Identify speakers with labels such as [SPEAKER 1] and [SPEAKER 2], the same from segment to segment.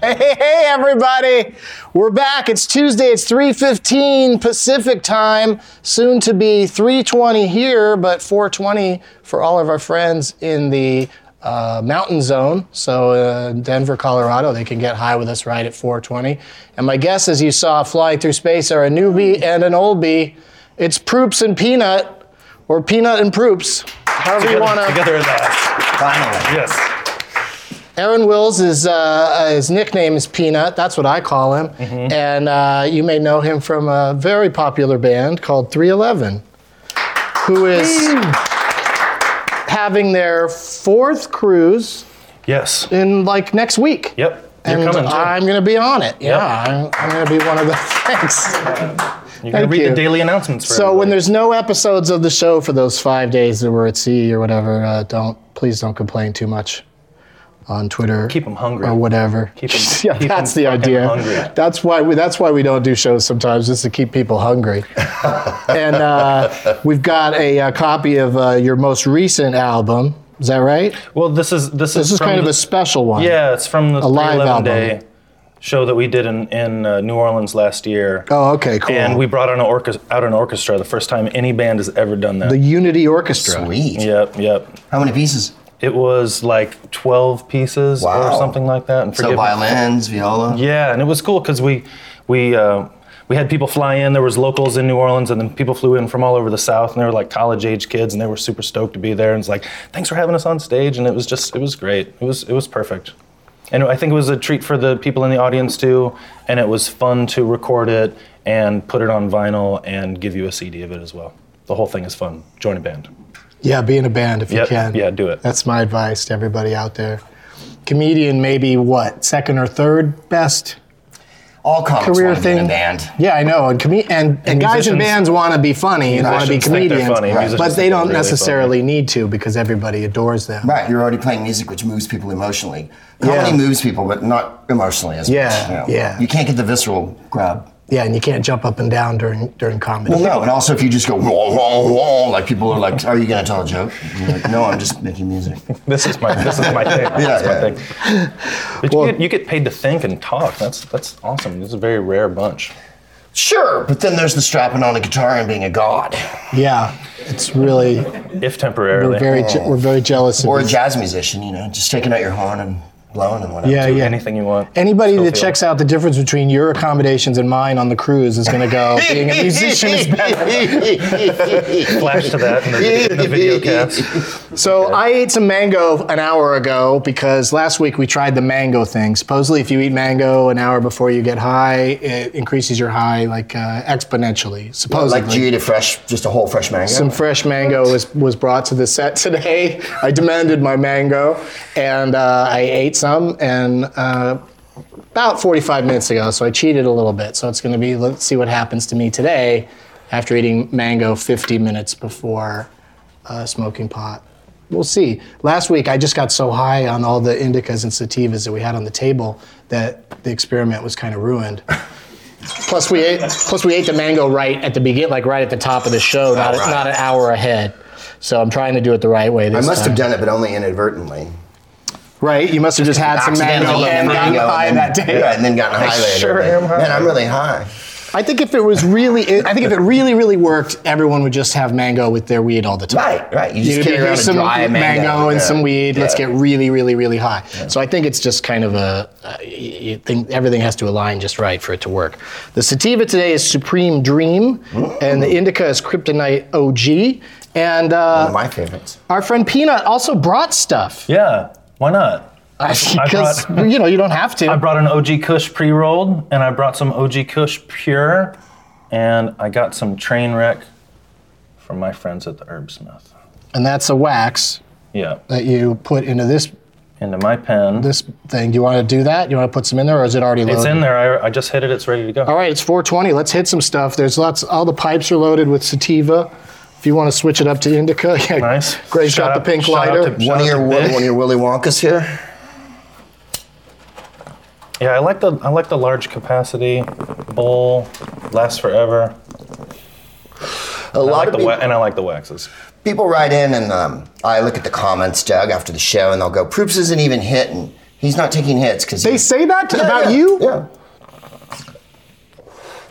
[SPEAKER 1] Hey, hey, everybody! We're back. It's Tuesday. It's 3:15 Pacific time. Soon to be 3:20 here, but 4:20 for all of our friends in the uh, mountain zone. So uh, Denver, Colorado, they can get high with us right at 4:20. And my guests, as you saw flying through space, are a newbie and an oldie. It's Proops and Peanut, or Peanut and Proops, however you want to.
[SPEAKER 2] Together at last.
[SPEAKER 3] Finally.
[SPEAKER 2] Yes.
[SPEAKER 1] Aaron Wills is uh, his nickname is Peanut. That's what I call him,
[SPEAKER 2] Mm-hmm.
[SPEAKER 1] and uh, you may know him from a very popular band called 311, who is having their fourth cruise
[SPEAKER 2] Yes.
[SPEAKER 1] in like next week.
[SPEAKER 2] Yep. You're
[SPEAKER 1] And
[SPEAKER 2] coming. too.
[SPEAKER 1] I'm going to be on it. Yeah, I'm, I'm going to be one of the thanks.
[SPEAKER 2] You're gonna
[SPEAKER 1] thank
[SPEAKER 2] read
[SPEAKER 1] you.
[SPEAKER 2] the daily announcements for
[SPEAKER 1] So when
[SPEAKER 2] everybody.
[SPEAKER 1] there's no episodes of the show for those five days that we're at sea or whatever, uh, don't please don't complain too much on Twitter
[SPEAKER 2] keep them hungry.
[SPEAKER 1] or whatever.
[SPEAKER 2] Keep 'em-
[SPEAKER 1] yeah,
[SPEAKER 2] keep 'em
[SPEAKER 1] that's the
[SPEAKER 2] fucking
[SPEAKER 1] idea.
[SPEAKER 2] hungry.
[SPEAKER 1] That's why we that's why we don't do shows sometimes, just to keep people hungry. and uh, we've got a, uh copy of uh, your most recent album. Is that right?
[SPEAKER 2] Well, this is this,
[SPEAKER 1] This is
[SPEAKER 2] from
[SPEAKER 1] kind of
[SPEAKER 2] the-
[SPEAKER 1] a special one.
[SPEAKER 2] yeah. It's from the
[SPEAKER 1] live
[SPEAKER 2] 311
[SPEAKER 1] album.
[SPEAKER 2] day show that we did in in uh, New Orleans last year.
[SPEAKER 1] Oh, okay, cool.
[SPEAKER 2] And we brought on an orchestra, out an orchestra the first time any band has ever done that.
[SPEAKER 1] the Unity Orchestra.
[SPEAKER 3] Sweet.
[SPEAKER 2] yep, yep.
[SPEAKER 3] How many pieces?
[SPEAKER 2] It was like 12 pieces
[SPEAKER 3] Wow.
[SPEAKER 2] or something like that. And
[SPEAKER 3] So
[SPEAKER 2] forgive me.
[SPEAKER 3] violins, viola.
[SPEAKER 2] Yeah, and it was cool because we we uh, we had people fly in. There was locals in New Orleans, and then people flew in from all over the South, and they were like college age kids, and they were super stoked to be there. And it's like, thanks for having us on stage, and it was just it was great. It was it was perfect. And I think it was a treat for the people in the audience too, and it was fun to record it and put it on vinyl and give you a CD of it as well. The whole thing is fun. Join a band.
[SPEAKER 1] Yeah, be in a band if you
[SPEAKER 2] Yep,
[SPEAKER 1] can.
[SPEAKER 2] yeah, do it.
[SPEAKER 1] That's my advice to everybody out there. Comedian, maybe what second or third best.
[SPEAKER 3] All
[SPEAKER 2] Oh,
[SPEAKER 3] comics
[SPEAKER 1] Career
[SPEAKER 3] want to be in
[SPEAKER 1] thing.
[SPEAKER 3] a band.
[SPEAKER 1] Yeah, I know. And, com- and, and, guys in
[SPEAKER 2] musicians-
[SPEAKER 1] bands want to be funny and want to be
[SPEAKER 2] musicians think they're
[SPEAKER 1] comedians,
[SPEAKER 2] funny. Musicians
[SPEAKER 1] but they
[SPEAKER 2] think
[SPEAKER 1] don't
[SPEAKER 2] they're really
[SPEAKER 1] necessarily need to because everybody adores them.
[SPEAKER 3] Right, you're already playing music, which moves people emotionally. Comedy
[SPEAKER 1] Yeah.
[SPEAKER 3] moves people, but not emotionally as
[SPEAKER 1] Yeah,
[SPEAKER 3] much. you know.
[SPEAKER 1] yeah.
[SPEAKER 3] You can't get the visceral grab.
[SPEAKER 1] Yeah, and you can't jump up and down during during comedy.
[SPEAKER 3] Well, no, and also if you just go whoa, whoa, whoa, like people are like, "Are you going to tell a joke?" And you're like, no, I'm just making music.
[SPEAKER 2] This is my this is my thing.
[SPEAKER 3] Yeah,
[SPEAKER 2] That's my
[SPEAKER 3] yeah.
[SPEAKER 2] thing. But you, get, you get paid to think and talk. That's that's awesome. This is a very rare bunch.
[SPEAKER 3] Sure, but then there's the strapping on a guitar and being a god,
[SPEAKER 1] Yeah, it's really
[SPEAKER 2] if temporarily.
[SPEAKER 1] we're very je- we're very jealous
[SPEAKER 3] or
[SPEAKER 1] of
[SPEAKER 3] a
[SPEAKER 1] these-
[SPEAKER 3] jazz musician, you know, just taking out your horn and blowing and whatever.
[SPEAKER 1] Yeah,
[SPEAKER 2] do
[SPEAKER 1] yeah.
[SPEAKER 2] anything you want.
[SPEAKER 1] Anybody
[SPEAKER 2] Still
[SPEAKER 1] that
[SPEAKER 2] feel
[SPEAKER 1] checks out the difference between your accommodations and mine on the cruise is going to go being a musician is better.
[SPEAKER 2] Flash to that in the, in the video cast.
[SPEAKER 1] So I ate some mango an hour ago because last week we tried the mango thing. Supposedly, if you eat mango an hour before you get high, it increases your high like uh, exponentially. Supposedly.
[SPEAKER 3] Like, do you eat a fresh, just a whole fresh mango?
[SPEAKER 1] some fresh mango was, was brought to the set today. I demanded my mango, and uh, I ate some, and uh, about 45 minutes ago, so I cheated a little bit. So it's going to be let's see what happens to me today after eating mango 50 minutes before uh, smoking pot. We'll see. Last week, I just got so high on all the indicas and sativas that we had on the table that the experiment was kind of ruined. Plus we ate, plus we ate the mango right at the begin, like right at the top of the show, not,
[SPEAKER 3] Alright.
[SPEAKER 1] not an hour ahead. So I'm trying to do it the right way
[SPEAKER 3] I
[SPEAKER 1] this
[SPEAKER 3] must
[SPEAKER 1] time.
[SPEAKER 3] have done it, but only inadvertently.
[SPEAKER 1] right, you must have just had some mango
[SPEAKER 3] Accidentally
[SPEAKER 1] and gotten
[SPEAKER 3] mango and
[SPEAKER 1] high
[SPEAKER 3] then-
[SPEAKER 1] that day.
[SPEAKER 3] Yeah, and then gotten high later.
[SPEAKER 2] sure
[SPEAKER 3] but-
[SPEAKER 2] am high.
[SPEAKER 3] Man, I'm really high.
[SPEAKER 1] I think if it was really, I think if it really, really worked, everyone would just have mango with their weed all the time.
[SPEAKER 3] Right, right. You just
[SPEAKER 1] You'd be,
[SPEAKER 3] carry around
[SPEAKER 1] here's
[SPEAKER 3] a
[SPEAKER 1] some
[SPEAKER 3] dry mango,
[SPEAKER 1] and
[SPEAKER 3] yeah.
[SPEAKER 1] some weed. Let's
[SPEAKER 3] Yeah.
[SPEAKER 1] get really, really, really high. So I think it's just kind of a, uh, you think everything has to align just right for it to work. The sativa today is Supreme Dream,
[SPEAKER 3] Mm.
[SPEAKER 1] and the indica is Kryptonite OG. And
[SPEAKER 3] One of
[SPEAKER 1] uh,
[SPEAKER 3] my favorites.
[SPEAKER 1] our friend Peanut also brought stuff
[SPEAKER 2] Yeah, why not?
[SPEAKER 1] because
[SPEAKER 2] brought-
[SPEAKER 1] you know you don't have to.
[SPEAKER 2] I brought an OG Kush pre-rolled, and I brought some OG Kush Pure, and I got some train wreck from my friends at the Herbsmith.
[SPEAKER 1] and that's a wax
[SPEAKER 2] Yeah,
[SPEAKER 1] that you put into this
[SPEAKER 2] into my pen.
[SPEAKER 1] this thing. Do you want to do that? You want to put some in there, or is it already loaded?
[SPEAKER 2] it's in there. I, I just hit it. It's ready to go.
[SPEAKER 1] All right, it's 420. Let's hit some stuff. There's lots. All the pipes are loaded with sativa. If you want to switch it up to indica, yeah.
[SPEAKER 2] Nice.
[SPEAKER 1] Greg shot
[SPEAKER 2] Shout
[SPEAKER 1] the
[SPEAKER 2] out-
[SPEAKER 1] pink
[SPEAKER 2] shout out
[SPEAKER 1] lighter.
[SPEAKER 2] to-
[SPEAKER 3] One
[SPEAKER 2] Shout
[SPEAKER 3] of your
[SPEAKER 2] out to
[SPEAKER 3] one
[SPEAKER 2] Vic.
[SPEAKER 3] of your Willy Wonkas here.
[SPEAKER 2] Yeah, I like the I like the large capacity bowl. Lasts forever. I
[SPEAKER 3] A lot
[SPEAKER 2] like
[SPEAKER 3] of
[SPEAKER 2] the
[SPEAKER 3] people,
[SPEAKER 2] wa- and I like the waxes.
[SPEAKER 3] people write in, and um, I look at the comments, Doug, after the show, and they'll go, "Proops isn't even hitting." He's not taking hits because
[SPEAKER 1] They say that about you?
[SPEAKER 3] Yeah,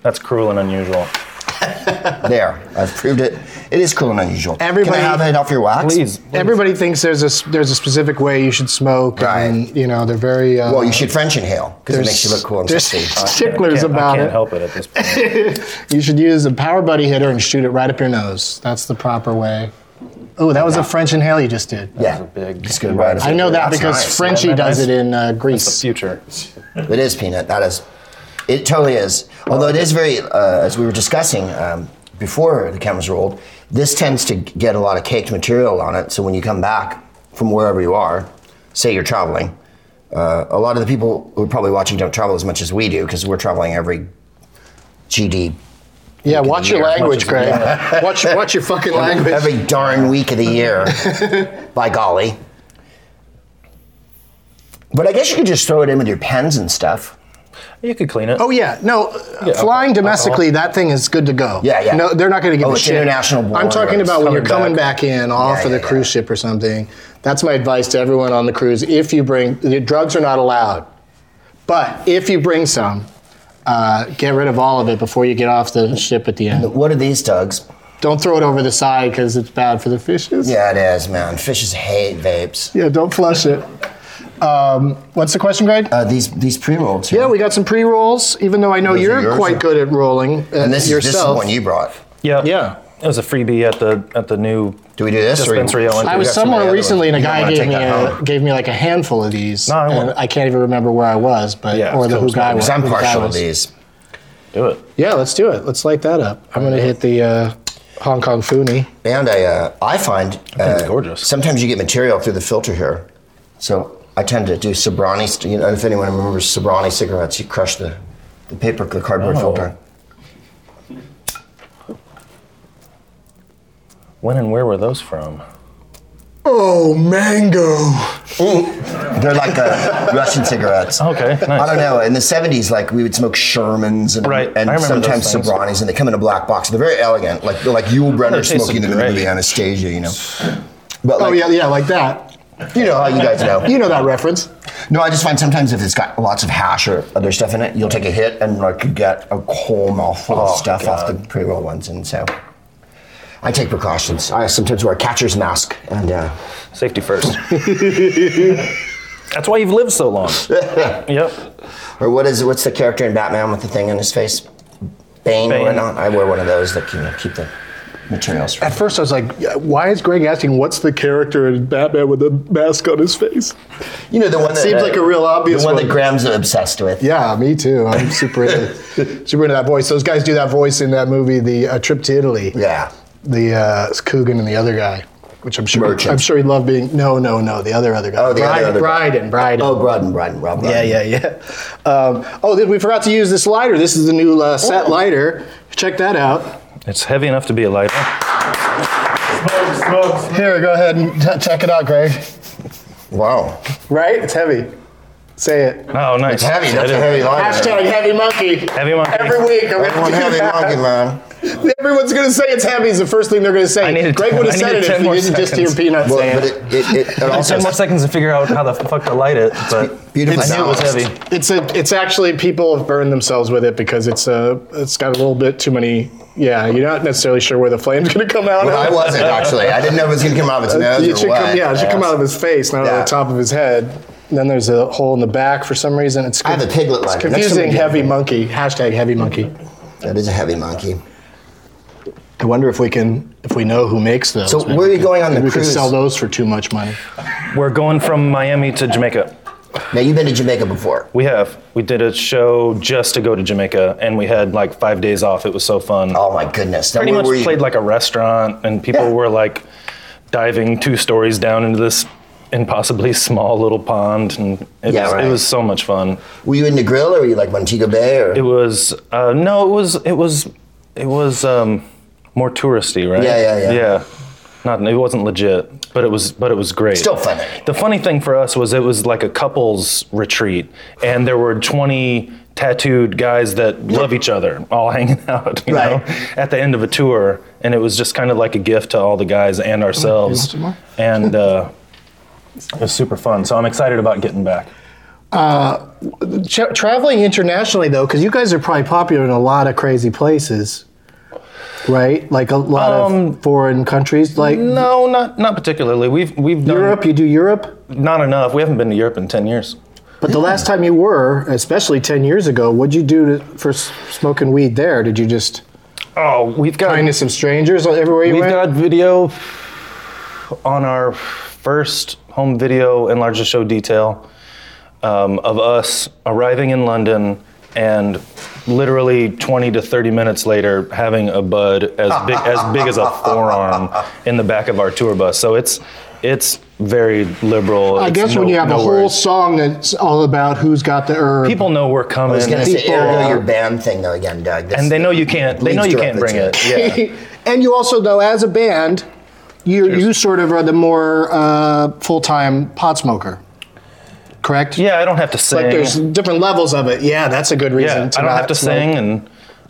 [SPEAKER 2] That's cruel and unusual.
[SPEAKER 3] there. I've proved it. It is cool and unusual.
[SPEAKER 1] Everybody-
[SPEAKER 3] Can I have it off your wax?
[SPEAKER 2] Please. please.
[SPEAKER 1] Everybody thinks there's a s- there's a specific way you should smoke,
[SPEAKER 3] Right.
[SPEAKER 1] and you know they're very. Uh,
[SPEAKER 3] Well, you should French inhale because it makes you look cool and
[SPEAKER 1] there's
[SPEAKER 3] sexy.
[SPEAKER 2] I
[SPEAKER 1] sticklers
[SPEAKER 2] can't, I
[SPEAKER 1] about
[SPEAKER 2] can't
[SPEAKER 1] it.
[SPEAKER 2] help it at this point.
[SPEAKER 1] You should use a power buddy hitter and shoot it right up your nose. That's the proper way. Oh, that was a French inhale you just did.
[SPEAKER 3] Yeah,
[SPEAKER 2] a big-
[SPEAKER 3] Just go right up
[SPEAKER 1] I know
[SPEAKER 3] there.
[SPEAKER 1] that
[SPEAKER 3] That's
[SPEAKER 1] because
[SPEAKER 3] nice.
[SPEAKER 1] Frenchie
[SPEAKER 2] Yeah,
[SPEAKER 1] does
[SPEAKER 2] that's-
[SPEAKER 1] it in uh,
[SPEAKER 2] the
[SPEAKER 1] Greece.
[SPEAKER 2] future.
[SPEAKER 3] It is peanut. That is. It totally is. Although it is very, uh, as we were discussing um, before the cameras rolled, this tends to get a lot of caked material on it. So when you come back from wherever you are, say you're traveling, uh, a lot of the people who are probably watching don't travel as much as we do because we're traveling every GD,
[SPEAKER 1] Yeah, watch your
[SPEAKER 3] hear as much
[SPEAKER 1] language,
[SPEAKER 3] as
[SPEAKER 1] Greg. Watch watch your fucking language.
[SPEAKER 3] every darn week of the year, by golly. But I guess you could just throw it in with your pens and stuff.
[SPEAKER 2] You could clean it.
[SPEAKER 1] Oh yeah, no.
[SPEAKER 2] Yeah,
[SPEAKER 1] flying
[SPEAKER 2] alcohol-
[SPEAKER 1] domestically, that thing is good to go.
[SPEAKER 3] Yeah, yeah.
[SPEAKER 1] No, they're not going to give
[SPEAKER 3] Oh,
[SPEAKER 1] a
[SPEAKER 3] it's
[SPEAKER 1] shit.
[SPEAKER 3] international
[SPEAKER 1] I'm
[SPEAKER 3] border,
[SPEAKER 1] talking
[SPEAKER 3] it's
[SPEAKER 1] about when you're
[SPEAKER 2] coming
[SPEAKER 1] coming back, in off
[SPEAKER 3] Yeah,
[SPEAKER 1] of the
[SPEAKER 3] yeah,
[SPEAKER 1] cruise ship or something. That's my advice to everyone on the cruise. If you bring, the drugs are not allowed, but if you bring some, uh, get rid of all of it before you get off the ship at the end.
[SPEAKER 3] What are these, Doug's?
[SPEAKER 1] Don't throw it over the side because it's bad for the fishes.
[SPEAKER 3] Yeah, it is, man. Fishes hate vapes.
[SPEAKER 1] Yeah, don't flush it. Um, what's the question, Greg?
[SPEAKER 3] Uh, these these pre rolls.
[SPEAKER 1] yeah, we got some pre rolls. Even though I know
[SPEAKER 3] Those are
[SPEAKER 1] you're
[SPEAKER 3] yours,
[SPEAKER 1] quite
[SPEAKER 3] yeah.
[SPEAKER 1] good at rolling uh,
[SPEAKER 3] and this is, this is
[SPEAKER 1] yourself.
[SPEAKER 3] one you brought.
[SPEAKER 2] Yeah.
[SPEAKER 1] Yeah.
[SPEAKER 2] It was a freebie at the at the new.
[SPEAKER 3] Do we do this? or-
[SPEAKER 2] Dispensary, Owen.
[SPEAKER 1] I
[SPEAKER 3] We
[SPEAKER 1] was
[SPEAKER 3] got so many
[SPEAKER 1] somewhere
[SPEAKER 3] other
[SPEAKER 1] recently, and
[SPEAKER 3] ones.
[SPEAKER 1] a
[SPEAKER 3] You don't
[SPEAKER 1] guy
[SPEAKER 3] wanna
[SPEAKER 1] gave
[SPEAKER 3] take
[SPEAKER 1] me
[SPEAKER 3] that
[SPEAKER 1] a,
[SPEAKER 3] home.
[SPEAKER 1] gave me like a handful of these,
[SPEAKER 2] No, I
[SPEAKER 1] and
[SPEAKER 2] won't.
[SPEAKER 1] I can't even remember where I was, but
[SPEAKER 2] Yeah,
[SPEAKER 1] or
[SPEAKER 2] it's
[SPEAKER 1] the
[SPEAKER 2] cool.
[SPEAKER 1] who guy was.
[SPEAKER 3] Because I'm
[SPEAKER 1] who the guy
[SPEAKER 3] partial to
[SPEAKER 1] was.
[SPEAKER 3] these.
[SPEAKER 2] Do it.
[SPEAKER 1] Yeah, let's do it. Let's light that up. I'm gonna hit the uh, Hong Kong Foonie.
[SPEAKER 3] And I uh, I find uh,
[SPEAKER 2] it's gorgeous.
[SPEAKER 3] Sometimes you get material through the filter here, so I tend to do Sobrani. st- You know, if anyone remembers Sobrani cigarettes, you crush the the paper the cardboard
[SPEAKER 2] Oh.
[SPEAKER 3] filter.
[SPEAKER 2] When and where were those from?
[SPEAKER 1] Oh, mango!
[SPEAKER 3] They're like uh, Russian cigarettes.
[SPEAKER 2] Okay, nice.
[SPEAKER 3] I don't know. In the 70s, like we would smoke Shermans and,
[SPEAKER 2] Right,
[SPEAKER 3] and
[SPEAKER 2] I remember
[SPEAKER 3] sometimes
[SPEAKER 2] those things.
[SPEAKER 3] Sobranis, and they come in a black box. They're very elegant, like they're like Yul Brenner
[SPEAKER 2] tastes
[SPEAKER 3] smoking them in the
[SPEAKER 2] great.
[SPEAKER 3] movie Anastasia, you know. But like,
[SPEAKER 1] Oh yeah, yeah, like that.
[SPEAKER 3] you know how you guys know.
[SPEAKER 1] You know that reference.
[SPEAKER 3] No, I just find sometimes if it's got lots of hash or other stuff in it, you'll take a hit and like you get a whole mouthful
[SPEAKER 2] Oh,
[SPEAKER 3] of stuff off the
[SPEAKER 2] God.
[SPEAKER 3] pre-roll ones, and so I take precautions. I sometimes wear a catcher's mask, and uh,
[SPEAKER 2] Safety first. That's why you've lived so long. yep.
[SPEAKER 3] or what is what's the character in Batman with the thing in his face? Bane,
[SPEAKER 2] Bane.
[SPEAKER 3] or whatnot. I wear one of those that can keep the materials. From.
[SPEAKER 1] At first, I was like, yeah, "Why is Greg asking what's the character in Batman with a mask on his face?"
[SPEAKER 3] You know the one that uh,
[SPEAKER 1] Seems like a real obvious
[SPEAKER 3] The one,
[SPEAKER 1] one.
[SPEAKER 3] that Graham's obsessed with.
[SPEAKER 1] Yeah, me too. I'm super into, super into that voice. Those guys do that voice in that movie, the uh, Trip to Italy.
[SPEAKER 3] Yeah.
[SPEAKER 1] the uh, Coogan and the other guy, which I'm sure
[SPEAKER 3] Merchant.
[SPEAKER 1] I'm sure he loved being. No, no, no, the other other guy.
[SPEAKER 3] Oh, the other other guy.
[SPEAKER 1] Bryden, Bryden.
[SPEAKER 3] Oh, Broden, Broden, Rob. Broden.
[SPEAKER 1] yeah, yeah, yeah. Um, oh, th- we forgot to use this lighter. This is the new uh, set lighter. Check that out.
[SPEAKER 2] It's heavy enough to be a lighter.
[SPEAKER 1] Here, go ahead and t- check it out, Greg.
[SPEAKER 3] Wow.
[SPEAKER 1] Right? It's heavy. Say it.
[SPEAKER 2] Oh, nice.
[SPEAKER 3] It's heavy. That's
[SPEAKER 2] It
[SPEAKER 3] a
[SPEAKER 2] is.
[SPEAKER 3] heavy line.
[SPEAKER 1] Hashtag heavy monkey.
[SPEAKER 2] Heavy monkey.
[SPEAKER 1] Every week, I'm gonna
[SPEAKER 3] Everyone
[SPEAKER 1] do
[SPEAKER 3] heavy
[SPEAKER 1] that.
[SPEAKER 3] monkey, man.
[SPEAKER 1] Everyone's gonna say it's heavy. Is the first thing they're gonna say.
[SPEAKER 2] I needed
[SPEAKER 1] Greg
[SPEAKER 2] ten-
[SPEAKER 1] would have
[SPEAKER 2] I
[SPEAKER 1] said it
[SPEAKER 2] needed
[SPEAKER 1] if
[SPEAKER 2] ten
[SPEAKER 1] you
[SPEAKER 2] more
[SPEAKER 1] didn't just hear
[SPEAKER 2] seconds.
[SPEAKER 1] peanuts
[SPEAKER 3] Well,
[SPEAKER 1] saying
[SPEAKER 3] but
[SPEAKER 1] it.
[SPEAKER 3] it, it, it, it also
[SPEAKER 2] Ten more seconds to figure out how the fuck to light it, but
[SPEAKER 3] beautifully
[SPEAKER 2] I knew it was
[SPEAKER 3] balanced.
[SPEAKER 2] heavy.
[SPEAKER 1] It's a. It's actually people have burned themselves with it because it's a. It's got a little bit too many. Yeah, you're not necessarily sure where the flame's gonna come out.
[SPEAKER 3] Well,
[SPEAKER 1] of.
[SPEAKER 3] I wasn't actually. I didn't know it was gonna come out of its nose
[SPEAKER 1] It
[SPEAKER 3] or
[SPEAKER 1] Uh, should
[SPEAKER 3] what.
[SPEAKER 1] come, yeah, it should come out of his face, not out
[SPEAKER 3] Yeah.
[SPEAKER 1] of the top of his head. Then there's a hole in the back for some reason. It's
[SPEAKER 3] I have a piglet
[SPEAKER 1] It's
[SPEAKER 3] lighter. Next time
[SPEAKER 1] confusing.
[SPEAKER 3] we do-
[SPEAKER 1] Heavy monkey. Hashtag heavy monkey.
[SPEAKER 3] That is a heavy monkey.
[SPEAKER 1] I wonder if we can, if we know who makes those.
[SPEAKER 3] So
[SPEAKER 1] Maybe
[SPEAKER 3] where are
[SPEAKER 1] we
[SPEAKER 3] you
[SPEAKER 1] could-
[SPEAKER 3] going on the
[SPEAKER 1] maybe We
[SPEAKER 3] cruise?
[SPEAKER 1] could sell those for too much money.
[SPEAKER 2] We're going from Miami to Jamaica.
[SPEAKER 3] Now you've been to Jamaica before.
[SPEAKER 2] We have. We did a show just to go to Jamaica, and we had like five days off. It was so fun.
[SPEAKER 3] Oh my goodness. Now,
[SPEAKER 2] Pretty
[SPEAKER 3] where
[SPEAKER 2] much
[SPEAKER 3] were you?
[SPEAKER 2] played like a restaurant, and people
[SPEAKER 3] Yeah.
[SPEAKER 2] were like diving two stories down into this impossibly small little pond, and it,
[SPEAKER 3] Yeah,
[SPEAKER 2] was,
[SPEAKER 3] right.
[SPEAKER 2] it was so much fun.
[SPEAKER 3] Were you in the grill or were you like Montego Bay or?
[SPEAKER 2] It was uh, no, it was it was it was um, more touristy, right?
[SPEAKER 3] Yeah, yeah, yeah.
[SPEAKER 2] Yeah, not it wasn't legit, but it was but it was great.
[SPEAKER 3] Still funny.
[SPEAKER 2] The funny thing for us was it was like a couples retreat, and there were twenty tattooed guys that love each other all hanging out you
[SPEAKER 3] Right.
[SPEAKER 2] know, at the end of a tour and it was just kind of like a gift to all the guys and ourselves
[SPEAKER 1] some more?
[SPEAKER 2] and uh, it was super fun so i'm excited about getting back
[SPEAKER 1] Uh, tra- traveling internationally, though, because you guys are probably popular in a lot of crazy places, right? Like a lot
[SPEAKER 2] Um,
[SPEAKER 1] of foreign countries, like
[SPEAKER 2] No, not not particularly. We've we've done
[SPEAKER 1] Europe. You do Europe,
[SPEAKER 2] not enough. We haven't been to Europe in ten years.
[SPEAKER 1] but the last time you were, especially ten years ago, what'd you do to, for s- smoking weed there? Did you just
[SPEAKER 2] Oh, we've got
[SPEAKER 1] find some strangers everywhere you
[SPEAKER 2] We've
[SPEAKER 1] went?
[SPEAKER 2] got video on our first home video and largest show detail um, of us arriving in London and literally 20 to 30 minutes later having a bud as big as big as a forearm in the back of our tour bus. So it's it's very liberal.
[SPEAKER 1] I
[SPEAKER 2] It's
[SPEAKER 1] guess when
[SPEAKER 2] no-
[SPEAKER 1] you have
[SPEAKER 2] no
[SPEAKER 1] a whole
[SPEAKER 2] worries.
[SPEAKER 1] song that's all about who's got the herb.
[SPEAKER 2] people know we're coming.
[SPEAKER 3] I was going to say,
[SPEAKER 1] people uh,
[SPEAKER 3] ergo
[SPEAKER 1] are-
[SPEAKER 3] your band thing though again, Doug. This-
[SPEAKER 2] and they know you can't. They know
[SPEAKER 3] Leads
[SPEAKER 2] you can't
[SPEAKER 3] directly
[SPEAKER 2] bring
[SPEAKER 3] to
[SPEAKER 2] it. Yeah.
[SPEAKER 1] and you also know, as a band, you you sort of are the more uh, full time pot smoker, correct?
[SPEAKER 2] Yeah, I don't have to sing.
[SPEAKER 1] Like there's different levels of it. Yeah, that's a good reason.
[SPEAKER 2] Yeah,
[SPEAKER 1] to
[SPEAKER 2] I don't
[SPEAKER 1] not
[SPEAKER 2] have to
[SPEAKER 1] smoke.
[SPEAKER 2] sing, and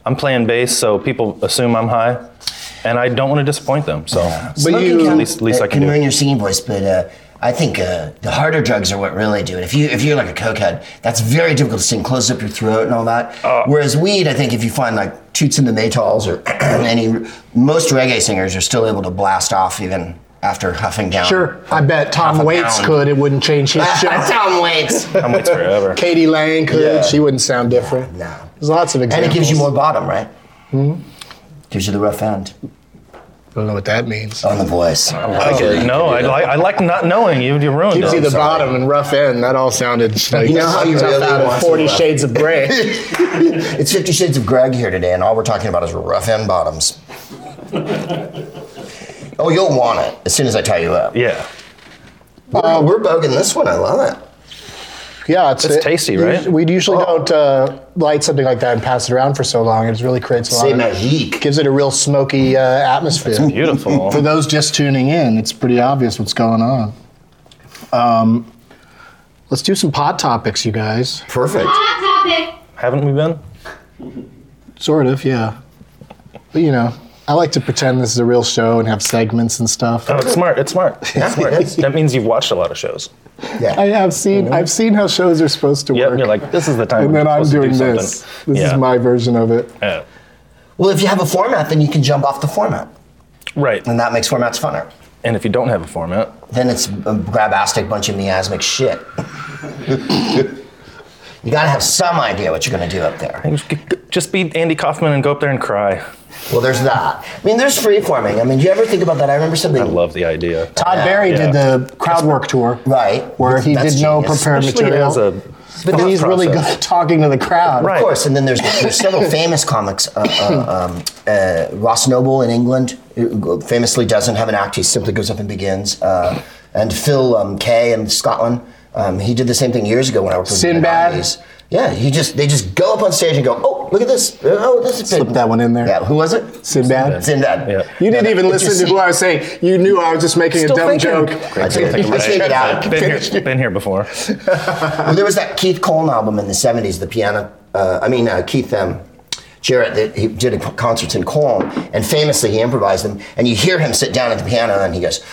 [SPEAKER 2] I'm playing bass, so people assume I'm high, and I don't want to disappoint them. So,
[SPEAKER 1] But
[SPEAKER 3] Smoking
[SPEAKER 1] you-
[SPEAKER 3] can,
[SPEAKER 2] Least- least
[SPEAKER 3] uh,
[SPEAKER 2] I can do.
[SPEAKER 3] ruin your singing voice, but uh, I think uh, the harder drugs are what really do it. If you if you're like a cokehead, that's very difficult to sing. Close up your throat and all that. Whereas weed, I think if you find like toots in the Maytals or any, most reggae singers are still able to blast off even after huffing down.
[SPEAKER 1] Sure, I bet Tom
[SPEAKER 3] a
[SPEAKER 1] Waits
[SPEAKER 3] pound.
[SPEAKER 1] could. It wouldn't change his show.
[SPEAKER 3] Tom Waits.
[SPEAKER 2] I'm waits forever.
[SPEAKER 1] Katie Lang could.
[SPEAKER 3] Yeah.
[SPEAKER 1] She wouldn't sound different.
[SPEAKER 3] No.
[SPEAKER 1] There's lots of
[SPEAKER 3] And
[SPEAKER 1] examples.
[SPEAKER 3] it gives you more bottom, right? Mm-hmm. Gives you the rough end
[SPEAKER 1] I don't know what that means.
[SPEAKER 3] on the voice.
[SPEAKER 2] I like it. No, I like I like not knowing you. You ruined
[SPEAKER 1] Gives
[SPEAKER 2] it.
[SPEAKER 1] you the
[SPEAKER 3] sorry.
[SPEAKER 1] bottom and rough end. That all sounded like
[SPEAKER 3] You know how you
[SPEAKER 1] something
[SPEAKER 3] really
[SPEAKER 1] out of
[SPEAKER 3] want to
[SPEAKER 1] Forty
[SPEAKER 3] laugh.
[SPEAKER 1] Shades of Grey.
[SPEAKER 3] It's Fifty Shades of Greg here today, and all we're talking about is rough end bottoms. oh, you'll want it as soon as I tie you up.
[SPEAKER 2] yeah,
[SPEAKER 3] Uh, we're bogging this one. I love it.
[SPEAKER 1] Yeah, it's,
[SPEAKER 2] It's
[SPEAKER 1] it-
[SPEAKER 2] tasty,
[SPEAKER 1] you-
[SPEAKER 2] right?
[SPEAKER 1] We usually don't uh, light something like that and pass it around for so long. It really creates a lot.
[SPEAKER 3] Say
[SPEAKER 1] of-
[SPEAKER 3] magique.
[SPEAKER 1] gives it a real smoky uh, atmosphere.
[SPEAKER 2] beautiful.
[SPEAKER 1] For those just tuning in, it's pretty obvious what's going on. Um, let's do some pot topics, you guys.
[SPEAKER 3] Perfect.
[SPEAKER 4] Hot topic.
[SPEAKER 2] Haven't we been?
[SPEAKER 1] Sort of, yeah. But you know, I like to pretend this is a real show and have segments and stuff.
[SPEAKER 2] Oh, it's smart. It's smart. It's smart. that means you've watched a lot of shows.
[SPEAKER 1] I
[SPEAKER 3] Yeah.
[SPEAKER 1] have seen I've seen how shows are supposed to
[SPEAKER 2] Yep.
[SPEAKER 1] work.
[SPEAKER 2] You're like, this is the time.
[SPEAKER 1] and
[SPEAKER 2] we're
[SPEAKER 1] then I'm
[SPEAKER 2] supposed to do
[SPEAKER 1] doing this.
[SPEAKER 2] something.
[SPEAKER 1] This
[SPEAKER 2] yeah.
[SPEAKER 1] is my version of it.
[SPEAKER 2] Yeah.
[SPEAKER 3] Well, if you have a format, then you can jump off the format,
[SPEAKER 2] Right.
[SPEAKER 3] and that makes formats funner.
[SPEAKER 2] And if you don't have a format,
[SPEAKER 3] Then it's a grabastic bunch of miasmic shit. you gotta have some idea what you're gonna do up there.
[SPEAKER 2] just be Andy Kaufman and go up there and cry.
[SPEAKER 3] Well, there's that. I mean, there's free forming. I mean, do you ever think about that? I remember something.
[SPEAKER 2] I love the idea.
[SPEAKER 1] Todd
[SPEAKER 3] Yeah,
[SPEAKER 1] Berry
[SPEAKER 2] yeah.
[SPEAKER 1] did the crowd work tour.
[SPEAKER 3] Right.
[SPEAKER 1] Where he
[SPEAKER 3] That's
[SPEAKER 1] did no
[SPEAKER 3] genius.
[SPEAKER 1] prepared
[SPEAKER 2] Especially
[SPEAKER 1] material.
[SPEAKER 2] as a
[SPEAKER 1] but
[SPEAKER 2] thought
[SPEAKER 1] he's really good
[SPEAKER 2] process.
[SPEAKER 1] at talking to the crowd.
[SPEAKER 2] Right.
[SPEAKER 3] Of course, and then there's, there's several famous comics. Uh, uh, um, uh, Ross Noble in England who famously doesn't have an act; he simply goes up and begins. Uh, and Phil um, Kay in Scotland, um, he did the same thing years ago when I worked with him in the
[SPEAKER 1] Sinbad.
[SPEAKER 3] 90s. Yeah, he just they just go up on stage and go, "Oh, look at this! Oh, this is
[SPEAKER 1] Slip that one in there.
[SPEAKER 3] Yeah, who was it?
[SPEAKER 1] Sinbad.
[SPEAKER 3] Sinbad.
[SPEAKER 2] Yeah.
[SPEAKER 1] You didn't even
[SPEAKER 3] Did you
[SPEAKER 1] listen to
[SPEAKER 3] see-
[SPEAKER 1] what I was saying. You knew I was just making
[SPEAKER 2] Still
[SPEAKER 1] a dumb
[SPEAKER 2] thinking.
[SPEAKER 1] joke.
[SPEAKER 3] I did. I figured it out.
[SPEAKER 2] Been here, been here before.
[SPEAKER 3] Well, there was that Keith Cole album in the '70s, the piano. Uh, I mean, uh, Keith um, Jarrett. That he did a concert in Cole, and famously he improvised them. And you hear him sit down at the piano, and he goes,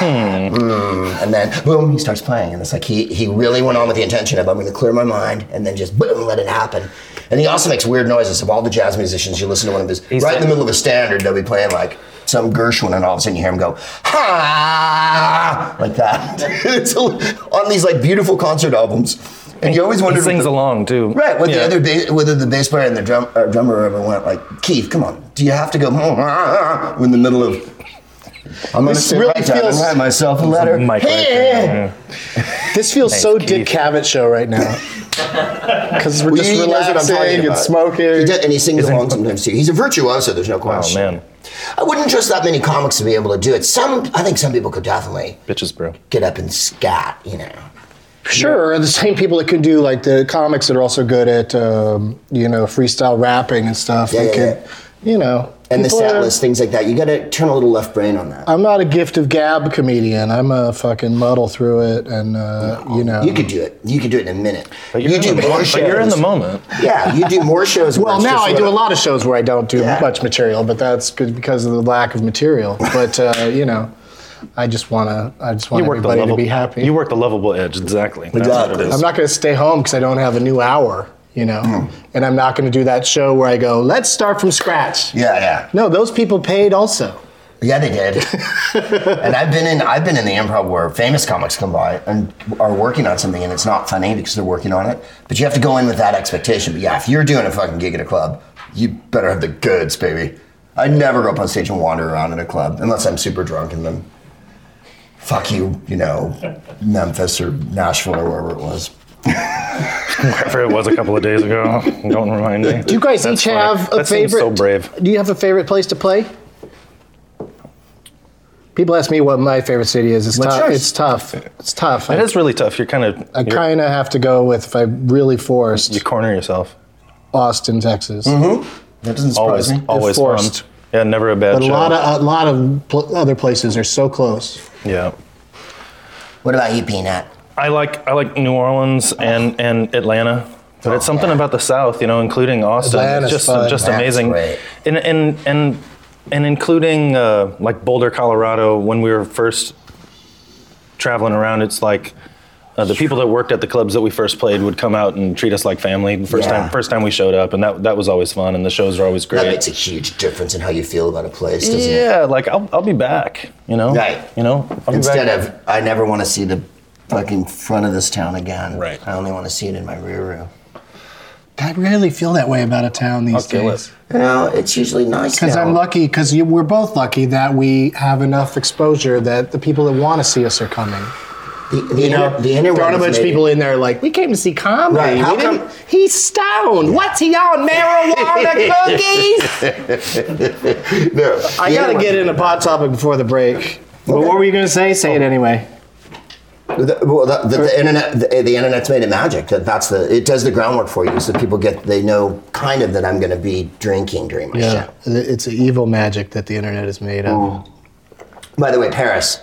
[SPEAKER 3] "Hmm," and then boom, he starts playing. And it's like he he really went on with the intention of I'm going to clear my mind, and then just boom, let it happen. And he also makes weird noises. Of all the jazz musicians, you listen to one of his right in the
[SPEAKER 2] like-
[SPEAKER 3] middle of a standard, they'll be playing like. Some Gershwin, and all of a sudden you hear him go, ha, like that. it's a- on these like beautiful concert albums. And you always wondered
[SPEAKER 2] He sings
[SPEAKER 3] what the-
[SPEAKER 2] along too.
[SPEAKER 3] Right, what the
[SPEAKER 2] Yeah.
[SPEAKER 3] other ba- whether the bass player and the drum, uh, drummer ever went like, Keith, come on, do you have to go in the middle of? I'm gonna
[SPEAKER 1] This
[SPEAKER 3] sit
[SPEAKER 1] really
[SPEAKER 3] right down
[SPEAKER 1] feels-
[SPEAKER 3] and write myself a letter.
[SPEAKER 2] Mike right there, yeah.
[SPEAKER 1] This feels
[SPEAKER 2] Thanks,
[SPEAKER 1] so Dick
[SPEAKER 2] Keith.
[SPEAKER 1] Cavett show right now. Because we're
[SPEAKER 3] Well,
[SPEAKER 1] just
[SPEAKER 3] he knows what I'm
[SPEAKER 1] relaxing
[SPEAKER 3] talking
[SPEAKER 1] and
[SPEAKER 3] about.
[SPEAKER 1] smoking.
[SPEAKER 3] He does- and he sings along sometimes too. He's a virtuoso. There's no
[SPEAKER 1] Oh,
[SPEAKER 3] question.
[SPEAKER 2] Oh, man.
[SPEAKER 3] I wouldn't trust that many comics to be able to do it. Some, I think, some people could definitely
[SPEAKER 2] Bitches, bro.
[SPEAKER 3] get up and scat. You know.
[SPEAKER 1] Sure, the same people that can do like the comics that are also good at um, you know freestyle rapping and stuff.
[SPEAKER 3] Yeah,
[SPEAKER 1] they
[SPEAKER 3] yeah,
[SPEAKER 1] can, you know,
[SPEAKER 3] and the
[SPEAKER 1] people
[SPEAKER 3] set
[SPEAKER 1] are-
[SPEAKER 3] list, things like that. You got to turn a little left brain on that.
[SPEAKER 1] I'm not a gift of gab comedian. I'm a fucking muddle through it, and uh, you know,
[SPEAKER 3] you could do it. You could do it in a minute.
[SPEAKER 2] But you're,
[SPEAKER 3] you
[SPEAKER 2] in
[SPEAKER 3] do
[SPEAKER 2] the,
[SPEAKER 3] more
[SPEAKER 2] moment-
[SPEAKER 3] shows.
[SPEAKER 2] but you're in the moment.
[SPEAKER 3] Yeah, you do more shows. where
[SPEAKER 1] Well,
[SPEAKER 3] it's
[SPEAKER 1] now
[SPEAKER 3] just
[SPEAKER 1] I
[SPEAKER 3] sort
[SPEAKER 1] do a
[SPEAKER 3] of-
[SPEAKER 1] lot of shows where I don't do
[SPEAKER 3] Yeah.
[SPEAKER 1] much material, but that's good because of the lack of material. But uh, you know, I just want to. I just want
[SPEAKER 2] work the
[SPEAKER 1] everybody to
[SPEAKER 2] lovable.
[SPEAKER 1] be happy.
[SPEAKER 2] You work the lovable edge, exactly. That's what
[SPEAKER 3] Exactly.
[SPEAKER 2] it is.
[SPEAKER 1] I'm not going to stay home because I don't have a new hour, you know. And I'm not going to do that show where I go, let's start from scratch.
[SPEAKER 3] Yeah, yeah,
[SPEAKER 1] No, those people paid also.
[SPEAKER 3] yeah. They did. and I've been in I've been in the improv where famous comics come by and are working on something, and it's not funny because they're working on it. But you have to go in with that expectation. But yeah, if you're doing a fucking gig at a club, you better have the goods, baby. I never go up on stage and wander around in a club unless I'm super drunk and then fuck you, you know, Memphis or Nashville or wherever it was.
[SPEAKER 2] Whatever it was a couple of days ago. Don't remind me.
[SPEAKER 1] Do you guys
[SPEAKER 2] That's
[SPEAKER 1] each
[SPEAKER 2] funny.
[SPEAKER 1] have a
[SPEAKER 2] that
[SPEAKER 1] favorite?
[SPEAKER 2] Seems so brave.
[SPEAKER 1] Do you have a favorite place to play? People ask me what my favorite city is. It's
[SPEAKER 3] What's
[SPEAKER 1] tough.
[SPEAKER 3] yours?
[SPEAKER 1] It's tough. It's tough.
[SPEAKER 2] That
[SPEAKER 1] I-
[SPEAKER 2] is really tough. You're kind of
[SPEAKER 1] I kind of have to go with if I really forced
[SPEAKER 2] you corner yourself.
[SPEAKER 1] Austin, Texas.
[SPEAKER 2] Mm-hmm.
[SPEAKER 3] That doesn't surprise
[SPEAKER 2] Always,
[SPEAKER 3] me.
[SPEAKER 2] always fun.
[SPEAKER 1] forced.
[SPEAKER 2] Yeah, never a bad
[SPEAKER 1] But a
[SPEAKER 2] show.
[SPEAKER 1] lot of a lot of pl- other places are so close.
[SPEAKER 2] yeah.
[SPEAKER 3] What about you, Peanut?
[SPEAKER 2] I like I like New Orleans and and Atlanta, but it's something about the South, you know, including Austin.
[SPEAKER 1] Atlanta's
[SPEAKER 2] it's just
[SPEAKER 1] fun.
[SPEAKER 2] just
[SPEAKER 3] Oh, Atlanta's
[SPEAKER 2] amazing,
[SPEAKER 3] great.
[SPEAKER 2] and and and and including uh, like Boulder, Colorado, when we were first traveling around, it's like. Uh, the people that worked at the clubs that we first played would come out and treat us like family. The first
[SPEAKER 3] Yeah.
[SPEAKER 2] time, first time we showed up, and that that was always fun. And the shows are always
[SPEAKER 3] That
[SPEAKER 2] great.
[SPEAKER 3] makes a huge difference in how you feel about a place, doesn't it?
[SPEAKER 2] yeah, like I'll, I'll be back. You know,
[SPEAKER 3] Right.
[SPEAKER 2] You know, I'll be
[SPEAKER 3] Instead
[SPEAKER 2] back.
[SPEAKER 3] of, I never want to see the fucking front of this town again.
[SPEAKER 2] Right.
[SPEAKER 3] I only want to see it in my rear view.
[SPEAKER 1] I really feel that way about a town these
[SPEAKER 2] I'll kill it.
[SPEAKER 1] days.
[SPEAKER 3] You know, it's usually nice
[SPEAKER 1] Because
[SPEAKER 3] now.
[SPEAKER 1] I'm lucky, because we're both lucky that we have enough exposure that the people that want to see us are coming.
[SPEAKER 3] The, the inner, the inner
[SPEAKER 1] there aren't
[SPEAKER 3] one
[SPEAKER 1] a
[SPEAKER 3] is
[SPEAKER 1] bunch of
[SPEAKER 3] maybe-
[SPEAKER 1] people in there like, we came to see comedy.
[SPEAKER 3] Right,
[SPEAKER 1] we
[SPEAKER 3] how
[SPEAKER 1] didn't-
[SPEAKER 3] come-
[SPEAKER 1] he's stoned. What's he on? Marijuana cookies?
[SPEAKER 3] No,
[SPEAKER 1] I got
[SPEAKER 3] the
[SPEAKER 1] to
[SPEAKER 3] inner
[SPEAKER 1] get
[SPEAKER 3] one-
[SPEAKER 1] in a pot topic before the break. But what were you going to say? Say it anyway.
[SPEAKER 3] The, well, the, the, the internet, the, the internet's made it magic. That that's the it does the groundwork for you, so people get they know kind of that I'm going to be drinking during my
[SPEAKER 1] Yeah,
[SPEAKER 3] show.
[SPEAKER 1] it's an evil magic that the internet is made of.
[SPEAKER 3] By the way, Paris.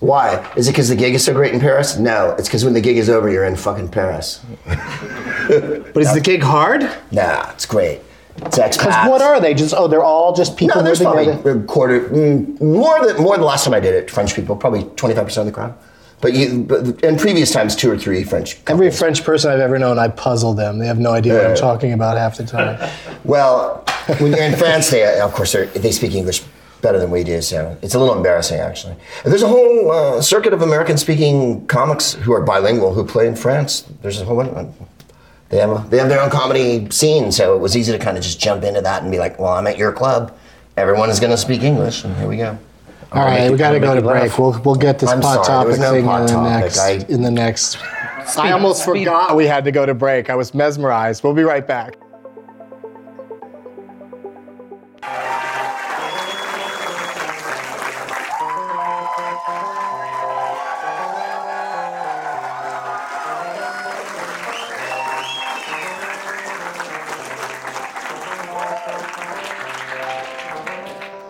[SPEAKER 3] Why? Is it because the gig is so great in Paris? No, it's because when the gig is over, you're in fucking Paris.
[SPEAKER 1] But is the gig hard?
[SPEAKER 3] Nah, it's great. It's expats.
[SPEAKER 1] Because what are they? Just oh, they're all just people
[SPEAKER 3] No, there's
[SPEAKER 1] living
[SPEAKER 3] probably
[SPEAKER 1] together.
[SPEAKER 3] a quarter, mm, more than more than last time I did it. French people, probably 25 percent of the crowd. But you, but in previous times, two or three French.
[SPEAKER 1] Every
[SPEAKER 3] couples.
[SPEAKER 1] French person I've ever known, I puzzle them. They have no idea what
[SPEAKER 3] Yeah.
[SPEAKER 1] I'm talking about half the time.
[SPEAKER 3] Well, when you're in France, they uh, of course they're- they speak English better than we do, so it's a little embarrassing actually. There's a whole uh, circuit of American-speaking comics who are bilingual who play in France. There's a whole one. They have a, they have their own comedy scene, so it was easy to kind of just jump into that and be like, "Well, I'm at your club. Everyone is going to speak English, and here we go."
[SPEAKER 1] All right, we got to go to
[SPEAKER 2] make you laugh.
[SPEAKER 1] break. We'll we'll get this
[SPEAKER 3] I'm
[SPEAKER 1] pot
[SPEAKER 3] sorry, there
[SPEAKER 1] topic
[SPEAKER 3] was no
[SPEAKER 1] thing
[SPEAKER 3] pot
[SPEAKER 1] in the
[SPEAKER 3] topic.
[SPEAKER 1] next.
[SPEAKER 3] I-
[SPEAKER 1] in the next. I almost forgot we had to go to break. I was mesmerized. We'll be right back.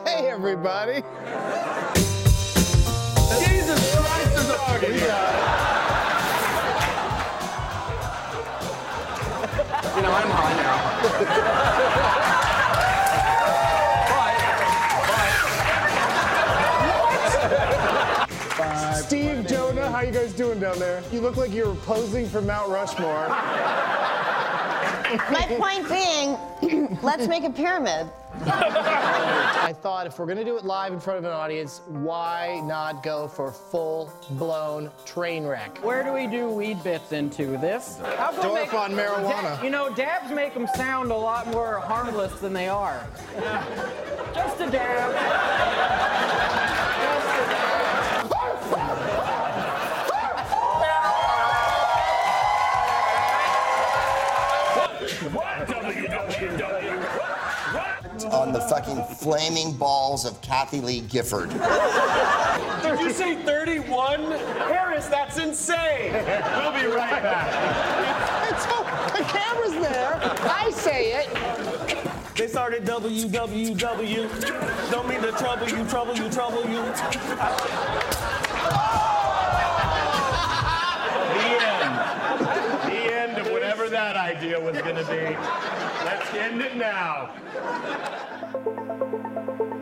[SPEAKER 1] Hey, everybody.
[SPEAKER 4] Jesus Christ is arguing. You know, I'm high now.
[SPEAKER 1] Steve, Jonah, how you guys doing down there? You look like you're posing for Mount Rushmore.
[SPEAKER 5] My point being, let's make a pyramid.
[SPEAKER 1] I thought if we're gonna do it live in front of an audience, why not go for full-blown train wreck?
[SPEAKER 6] Where do we do weed bits into this? How come
[SPEAKER 1] Dorf on marijuana.
[SPEAKER 6] Da- you know, dabs make them sound a lot more harmless than they are. Just a dab.
[SPEAKER 3] On the fucking flaming balls of Kathy Lee Gifford.
[SPEAKER 4] Did you say 31? Harris, that's insane. We'll be right back.
[SPEAKER 1] the camera's there. I say it.
[SPEAKER 4] They started WWW. Don't mean to trouble you, trouble you, trouble you. The end. The end of whatever that I idea was going to be. Let's end it now.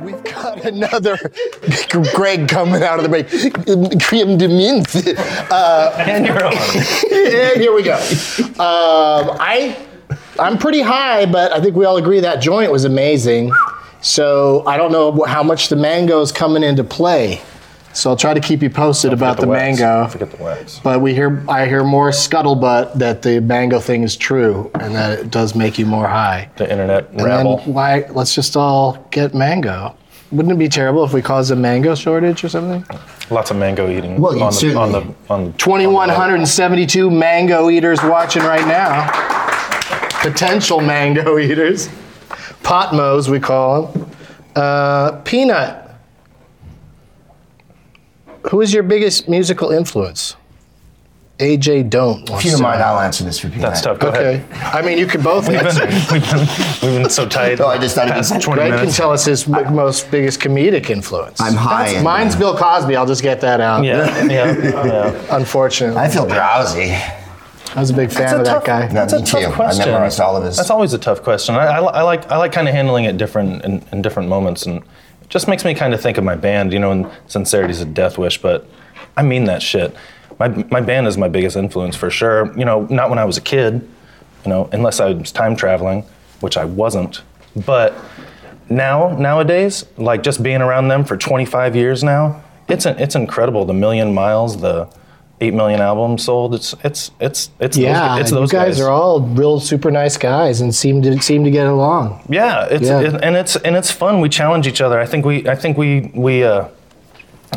[SPEAKER 1] We've got another Greg coming out of the break. Creme de menthe. Uh,
[SPEAKER 2] And you're on.
[SPEAKER 1] and here we go. Um, I, I'm pretty high, but I think we all agree that joint was amazing. So I don't know wh- how much the mango is coming into play. So I'll try to keep you posted about the,
[SPEAKER 2] wax.
[SPEAKER 1] mango.
[SPEAKER 2] Don't forget the wax.
[SPEAKER 1] But we hear, I hear more scuttlebutt that the mango thing is true and that it does make you more high.
[SPEAKER 2] The internet
[SPEAKER 1] And then
[SPEAKER 2] rabble.
[SPEAKER 1] why? Let's just all get mango. Wouldn't it be terrible if we caused a mango shortage or something?
[SPEAKER 2] Lots of mango eating
[SPEAKER 3] Well, you
[SPEAKER 2] on, the, on the
[SPEAKER 3] certainly-
[SPEAKER 2] on the
[SPEAKER 1] 2,172 mango eaters watching right now. Potential mango eaters. Potmos, we call them. Uh, Peanut. Who is your biggest musical influence? AJ Don't.
[SPEAKER 3] If
[SPEAKER 1] wants
[SPEAKER 3] you don't
[SPEAKER 1] to
[SPEAKER 3] mind,
[SPEAKER 1] know.
[SPEAKER 3] I'll answer this for Peanut.
[SPEAKER 2] That's tough. Go
[SPEAKER 1] Okay.
[SPEAKER 2] ahead.
[SPEAKER 1] I mean, you could both answer.
[SPEAKER 2] we've, been, we've been so tight.
[SPEAKER 3] No, I just thought it
[SPEAKER 2] past
[SPEAKER 3] was-
[SPEAKER 2] 20
[SPEAKER 1] Greg can
[SPEAKER 2] minutes.
[SPEAKER 1] tell us his m- most biggest comedic influence.
[SPEAKER 3] I'm high
[SPEAKER 1] That's-
[SPEAKER 3] in-
[SPEAKER 1] mine's Bill Cosby. I'll just get that out.
[SPEAKER 2] Yeah, yeah, yeah.
[SPEAKER 1] Unfortunately,
[SPEAKER 3] I feel drowsy.
[SPEAKER 1] I was a big fan
[SPEAKER 2] That's a
[SPEAKER 1] of that
[SPEAKER 2] tough-
[SPEAKER 1] guy.
[SPEAKER 3] No,
[SPEAKER 2] That's a
[SPEAKER 3] me
[SPEAKER 2] tough
[SPEAKER 3] too. I
[SPEAKER 2] question.
[SPEAKER 3] memorized all of his.
[SPEAKER 2] That's always a tough question. I, I, li- I like I like kind of handling it different in, in different moments, and it just makes me kind of think of my band. You know, and sincerity's a death wish, but I mean that shit. My my band is my biggest influence for sure. You know, not when I was a kid. You know, unless I was time traveling, which I wasn't. But now nowadays, like just being around them for 25 years now, it's an, it's incredible. The million miles, the eight million albums sold. It's it's it's it's
[SPEAKER 1] Yeah,
[SPEAKER 2] those, it's those
[SPEAKER 1] you guys, are all real super nice guys and seem to seem to get along.
[SPEAKER 2] Yeah, it's
[SPEAKER 1] Yeah.
[SPEAKER 2] It, and it's and it's fun. We challenge each other. I think we I think we we uh,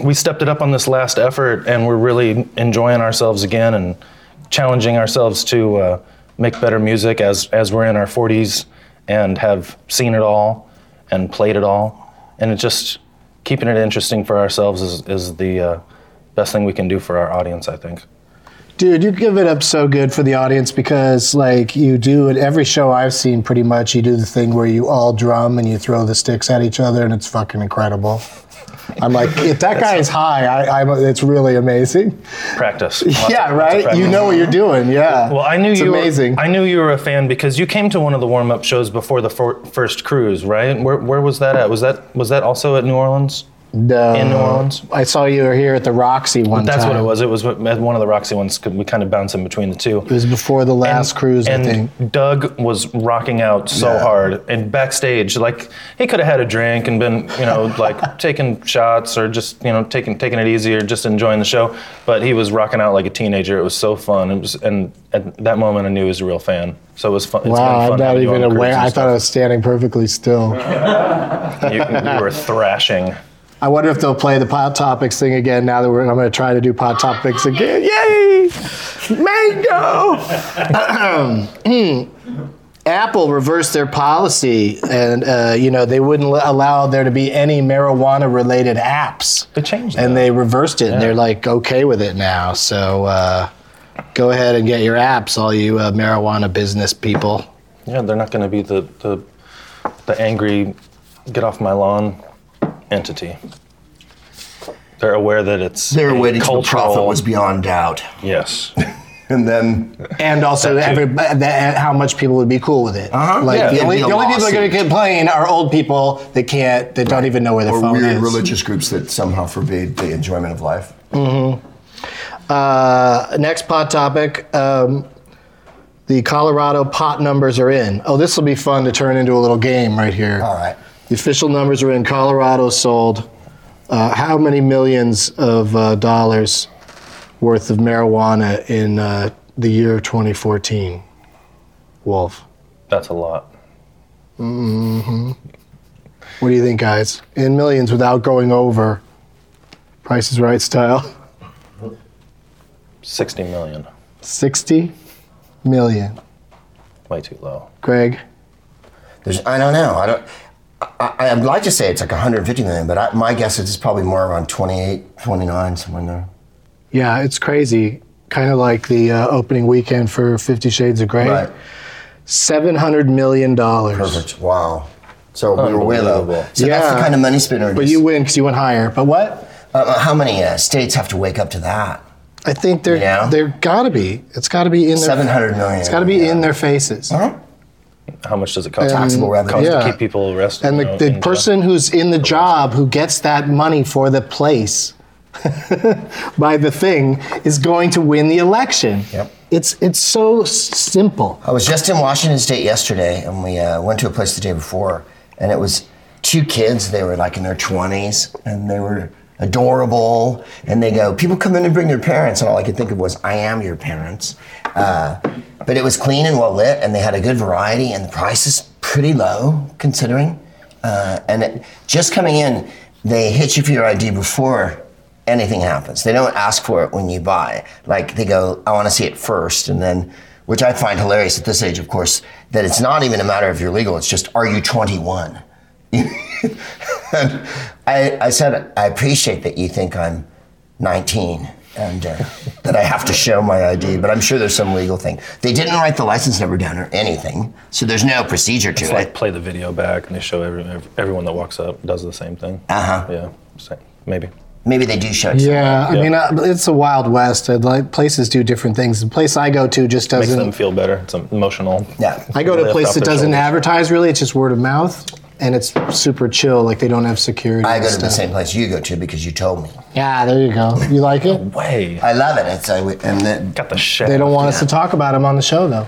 [SPEAKER 2] we stepped it up on this last effort, and we're really enjoying ourselves again and challenging ourselves to uh, make better music as as we're in our 40s and have seen it all and played it all, and it's just keeping it interesting for ourselves is is the uh, best thing we can do for our audience. I think.
[SPEAKER 1] Dude, you give it up so good for the audience because like you do at every show I've seen pretty much you do the thing where you all drum and you throw the sticks at each other and it's fucking incredible. I'm like, if that guy is high, I, I'm, it's really amazing.
[SPEAKER 2] Practice. Lots of-
[SPEAKER 1] yeah,
[SPEAKER 2] lots of
[SPEAKER 1] right. You
[SPEAKER 2] practice.
[SPEAKER 1] know what you're doing. Yeah.
[SPEAKER 2] Well, I knew
[SPEAKER 1] it's
[SPEAKER 2] you.
[SPEAKER 1] amazing.
[SPEAKER 2] Were, I knew you were a fan because you came to one of the warm-up shows before the fir- first cruise, right? Where, where was that at? Was that was that also at New Orleans?
[SPEAKER 1] No.
[SPEAKER 2] in New Orleans?
[SPEAKER 1] I saw you were here at the Roxy one
[SPEAKER 2] That's
[SPEAKER 1] Uh, time.
[SPEAKER 2] what it was. It was at one of the Roxy ones. 'cause we kind of bounce in between the two.
[SPEAKER 1] It was before the last cruise,
[SPEAKER 2] and
[SPEAKER 1] I think.
[SPEAKER 2] Doug was rocking out so
[SPEAKER 3] Yeah.
[SPEAKER 2] hard and backstage, like he could have had a drink and been, you know, like taking shots or just, you know, taking taking it easy or just enjoying the show. But he was rocking out like a teenager. It was so fun. It was, and at that moment, I knew he was a real fan. So it was fun. It's been
[SPEAKER 1] Wow, I'm
[SPEAKER 2] fun
[SPEAKER 1] not
[SPEAKER 2] having you
[SPEAKER 1] even
[SPEAKER 2] on cruise
[SPEAKER 1] aware.
[SPEAKER 2] and
[SPEAKER 1] I thought I
[SPEAKER 2] stuff.
[SPEAKER 1] was standing perfectly still.
[SPEAKER 2] you, you were thrashing.
[SPEAKER 1] I wonder if they'll play the pot topics thing again now that we're, I'm going to try to do pot topics again. Yay! Mango! Hmm. Apple reversed their policy, and uh, you know they wouldn't l- allow there to be any marijuana-related apps.
[SPEAKER 2] They changed
[SPEAKER 1] and
[SPEAKER 2] that.
[SPEAKER 1] they reversed it, and they're like okay with it now. So uh, go ahead and get your apps, all you uh, marijuana business people.
[SPEAKER 2] Yeah, they're not going to be the, the the angry get off my lawn entity. They're aware that it's
[SPEAKER 3] Their
[SPEAKER 2] a
[SPEAKER 3] waiting for
[SPEAKER 2] cultural.
[SPEAKER 3] profit was beyond doubt.
[SPEAKER 2] yes.
[SPEAKER 3] And then
[SPEAKER 1] And also, every, that, how much people would be cool with it.
[SPEAKER 3] Uh-huh.
[SPEAKER 1] Like
[SPEAKER 3] Yeah,
[SPEAKER 1] the
[SPEAKER 3] it'd
[SPEAKER 1] only,
[SPEAKER 3] be a
[SPEAKER 1] the only people that are going to
[SPEAKER 3] lawsuit.
[SPEAKER 1] complain are old people that can't, that don't even know where their
[SPEAKER 3] or
[SPEAKER 1] phone
[SPEAKER 3] weird
[SPEAKER 1] is.
[SPEAKER 3] religious groups that somehow forbade the enjoyment of life.
[SPEAKER 1] Uh, next pot topic: um, the Colorado pot numbers are in. Oh, this will be fun to turn into a little game right here.
[SPEAKER 3] All right.
[SPEAKER 1] The official numbers are in. Colorado sold uh, how many millions of uh, dollars worth of marijuana in uh, the year 2014? Wolf.
[SPEAKER 2] That's a lot.
[SPEAKER 1] What do you think, guys? In millions without going over Price is Right style.
[SPEAKER 2] 60 million.
[SPEAKER 1] 60 million.
[SPEAKER 2] Way too low.
[SPEAKER 1] Greg?
[SPEAKER 3] There's, I don't know. I don't. I, I- I'd like to say it's like 150 million, but I, my guess is it's probably more around 28, 29, somewhere in there.
[SPEAKER 1] Yeah, it's crazy. Kind of like the uh, opening weekend for Fifty Shades of Grey.
[SPEAKER 3] Right.
[SPEAKER 1] $700 million.
[SPEAKER 3] Perfect. Wow. So we were way low.
[SPEAKER 2] Unbelievable.
[SPEAKER 3] So that's
[SPEAKER 1] Yeah.
[SPEAKER 3] the kind of money spinner. it
[SPEAKER 1] But
[SPEAKER 3] is.
[SPEAKER 1] you win because you went higher. But what?
[SPEAKER 3] Uh, uh, how many uh, states have to wake up to that?
[SPEAKER 1] I think there
[SPEAKER 3] Yeah.
[SPEAKER 1] there gotta be. It's gotta be in their
[SPEAKER 3] 700 million,
[SPEAKER 1] It's gotta be
[SPEAKER 3] yeah.
[SPEAKER 1] in their faces.
[SPEAKER 2] How much does it cost?
[SPEAKER 3] Taxable revenue.
[SPEAKER 2] Cost
[SPEAKER 1] yeah.
[SPEAKER 2] to keep people arrested.
[SPEAKER 1] And
[SPEAKER 2] you know, uh,
[SPEAKER 1] the,
[SPEAKER 2] in
[SPEAKER 1] the
[SPEAKER 2] jail.
[SPEAKER 1] person who's in the job who gets that money for the place by the thing is going to win the election.
[SPEAKER 3] Yep.
[SPEAKER 1] It's it's so s- simple.
[SPEAKER 3] I was just in Washington State yesterday, and we uh, went to a place the day before, and it was two kids. They were like in their twenties, and they were adorable. And they go, people come in and bring their parents, and all I could think of was, I am your parents. Uh, but it was clean and well lit, and they had a good variety, and the price is pretty low considering. Uh, and it, just coming in, they hit you for your ID before anything happens. They don't ask for it when you buy. Like they go, I want to see it first, and then, which I find hilarious at this age, of course, that it's not even a matter of you're legal. It's just, are you 21? and I, I said, I appreciate that you think I'm 19 and uh, that I have to show my ID, but I'm sure there's some legal thing. They didn't write the license number down or anything, so there's no procedure to
[SPEAKER 2] It's
[SPEAKER 3] it.
[SPEAKER 2] like play the video back, and they show every, ev- everyone that walks up does the same thing. Uh
[SPEAKER 1] Uh-huh.
[SPEAKER 2] huh. Yeah, same, maybe.
[SPEAKER 3] Maybe they do show it.
[SPEAKER 1] Yeah, I
[SPEAKER 2] Yeah.
[SPEAKER 1] mean, uh, it's the Wild West. I'd like places do different things. The place I go to just
[SPEAKER 2] Makes
[SPEAKER 1] doesn't.
[SPEAKER 2] them feel better. It's emotional.
[SPEAKER 3] Yeah.
[SPEAKER 1] I go to a
[SPEAKER 2] lift
[SPEAKER 1] place
[SPEAKER 2] off
[SPEAKER 1] that
[SPEAKER 2] their
[SPEAKER 1] doesn't
[SPEAKER 2] shoulders.
[SPEAKER 1] advertise really. It's just word of mouth, and it's super chill. Like they don't have security.
[SPEAKER 3] I
[SPEAKER 1] and
[SPEAKER 3] go to the
[SPEAKER 1] stuff.
[SPEAKER 3] same place you go to because you told me.
[SPEAKER 1] Yeah, there you go. You like it?
[SPEAKER 2] Way.
[SPEAKER 3] I love it. It's uh, and then
[SPEAKER 2] Got the shit.
[SPEAKER 1] They don't want us to talk about them on the show though.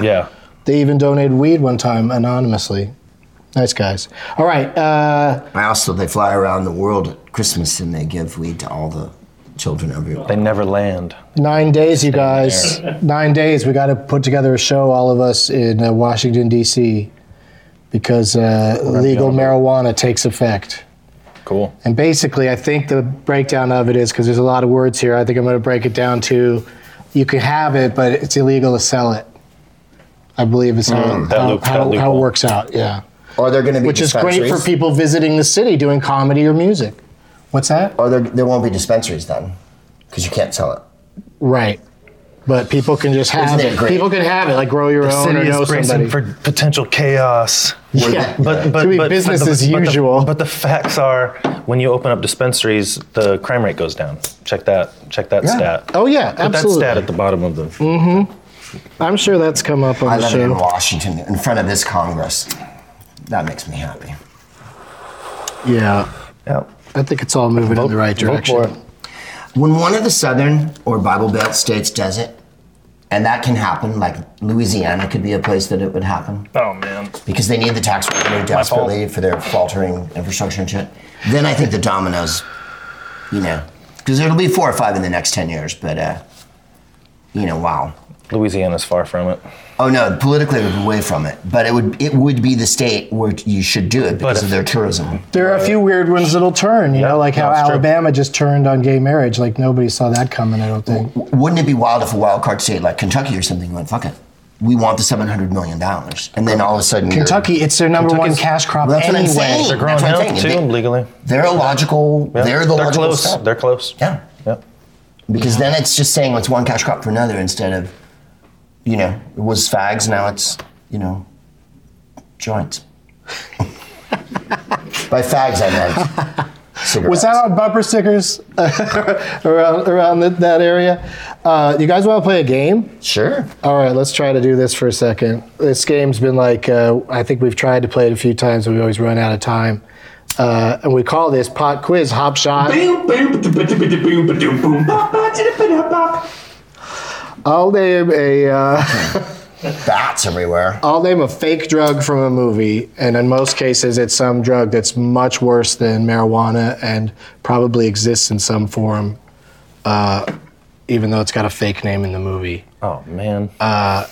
[SPEAKER 2] Yeah.
[SPEAKER 1] They even donated weed one time anonymously. Nice guys. All right. Uh,
[SPEAKER 3] I also they fly around the world at Christmas and they give weed to all the children everywhere.
[SPEAKER 2] They never land.
[SPEAKER 1] nine days, you guys. Nine days. We got to put together a show, all of us, in uh, Washington, D.C., because uh, legal
[SPEAKER 2] on it.
[SPEAKER 1] marijuana takes effect.
[SPEAKER 2] Cool.
[SPEAKER 1] And basically, I think the breakdown of it is because there's a lot of words here. I think I'm going to break it down to you can have it, but it's illegal to sell it. I believe is how,
[SPEAKER 2] Hmm, that
[SPEAKER 1] how,
[SPEAKER 2] loop- that
[SPEAKER 1] how, how it
[SPEAKER 2] loophole.
[SPEAKER 1] works out. Yeah.
[SPEAKER 3] Are there going to be
[SPEAKER 1] Which is great for
[SPEAKER 3] dispensaries?
[SPEAKER 1] people visiting the city doing comedy or music. What's that?
[SPEAKER 3] Or there, there won't be dispensaries then because you can't sell it.
[SPEAKER 1] Right. But people can just have
[SPEAKER 3] Isn't it
[SPEAKER 1] it.
[SPEAKER 3] great?
[SPEAKER 1] People can have it, like grow your own or know somebody.
[SPEAKER 2] for potential chaos.
[SPEAKER 1] yeah.
[SPEAKER 2] But, but,
[SPEAKER 1] To be
[SPEAKER 2] but-
[SPEAKER 1] business
[SPEAKER 2] but the-
[SPEAKER 1] as
[SPEAKER 2] but the-
[SPEAKER 1] usual.
[SPEAKER 2] But the, facts are, when you open up dispensaries, the crime rate goes down. Check that. Check that stat.
[SPEAKER 1] oh yeah,
[SPEAKER 2] Put
[SPEAKER 1] absolutely. Mm.
[SPEAKER 2] that stat at the bottom of the.
[SPEAKER 1] I'm sure that's come up on
[SPEAKER 3] I
[SPEAKER 1] the
[SPEAKER 3] live in
[SPEAKER 1] show.
[SPEAKER 3] Washington in front of this Congress. That makes me happy.
[SPEAKER 1] Yeah.
[SPEAKER 2] Yeah.
[SPEAKER 1] I think it's all moving in the right
[SPEAKER 2] vote
[SPEAKER 1] direction.
[SPEAKER 2] for it.
[SPEAKER 3] When one of the Southern or Bible Belt states does it, and that can happen, like Louisiana could be a place that it would happen.
[SPEAKER 2] Oh man.
[SPEAKER 3] because they need the tax revenue desperately for their faltering infrastructure and shit. Then I think the dominoes, you know, because it'll be four or five in the next 10 years, but, uh, you know, wow.
[SPEAKER 2] Louisiana's far from it.
[SPEAKER 3] Oh no, politically we're away from it, but it would it would be the state where you should do it because
[SPEAKER 2] if-
[SPEAKER 3] of their tourism.
[SPEAKER 1] There are a few weird ones that'll turn, you know, like how
[SPEAKER 2] that's true.
[SPEAKER 1] Alabama just turned on gay marriage. Like nobody saw that coming, I don't think.
[SPEAKER 3] Wouldn't it be wild if a wild card state like Kentucky or something went, fuck it, we want the seven hundred million dollars, and then all of a sudden you're-
[SPEAKER 1] Kentucky, it's their number one
[SPEAKER 2] Kentucky's-
[SPEAKER 1] cash crop
[SPEAKER 3] Well, that's what I'm
[SPEAKER 1] anyway.
[SPEAKER 3] saying.
[SPEAKER 2] They're growing
[SPEAKER 3] That's what I'm
[SPEAKER 2] out too
[SPEAKER 3] saying. They-
[SPEAKER 2] legally.
[SPEAKER 3] they're illogical.
[SPEAKER 2] Yeah.
[SPEAKER 3] They're the logical
[SPEAKER 2] close.
[SPEAKER 3] step.
[SPEAKER 2] They're close.
[SPEAKER 3] yeah.
[SPEAKER 2] Yep.
[SPEAKER 3] because then it's just saying it's one cash crop for another instead of, you know, it was fags, now it's, you know, joints. By fags, I meant cigarettes.
[SPEAKER 1] Was that on bumper stickers around around that that area? Uh, you guys want to play a game?
[SPEAKER 3] Sure.
[SPEAKER 1] All right, let's try to do this for a second. This game's been like, uh, I think we've tried to play it a few times, and we always run out of time. Uh, and we call this pot quiz hop shot. I'll name a uh,
[SPEAKER 3] Bats everywhere.
[SPEAKER 1] I'll name a fake drug from a movie, and in most cases, it's some drug that's much worse than marijuana and probably exists in some form, uh, even though it's got a fake name in the movie.
[SPEAKER 2] Oh man.
[SPEAKER 1] Uh,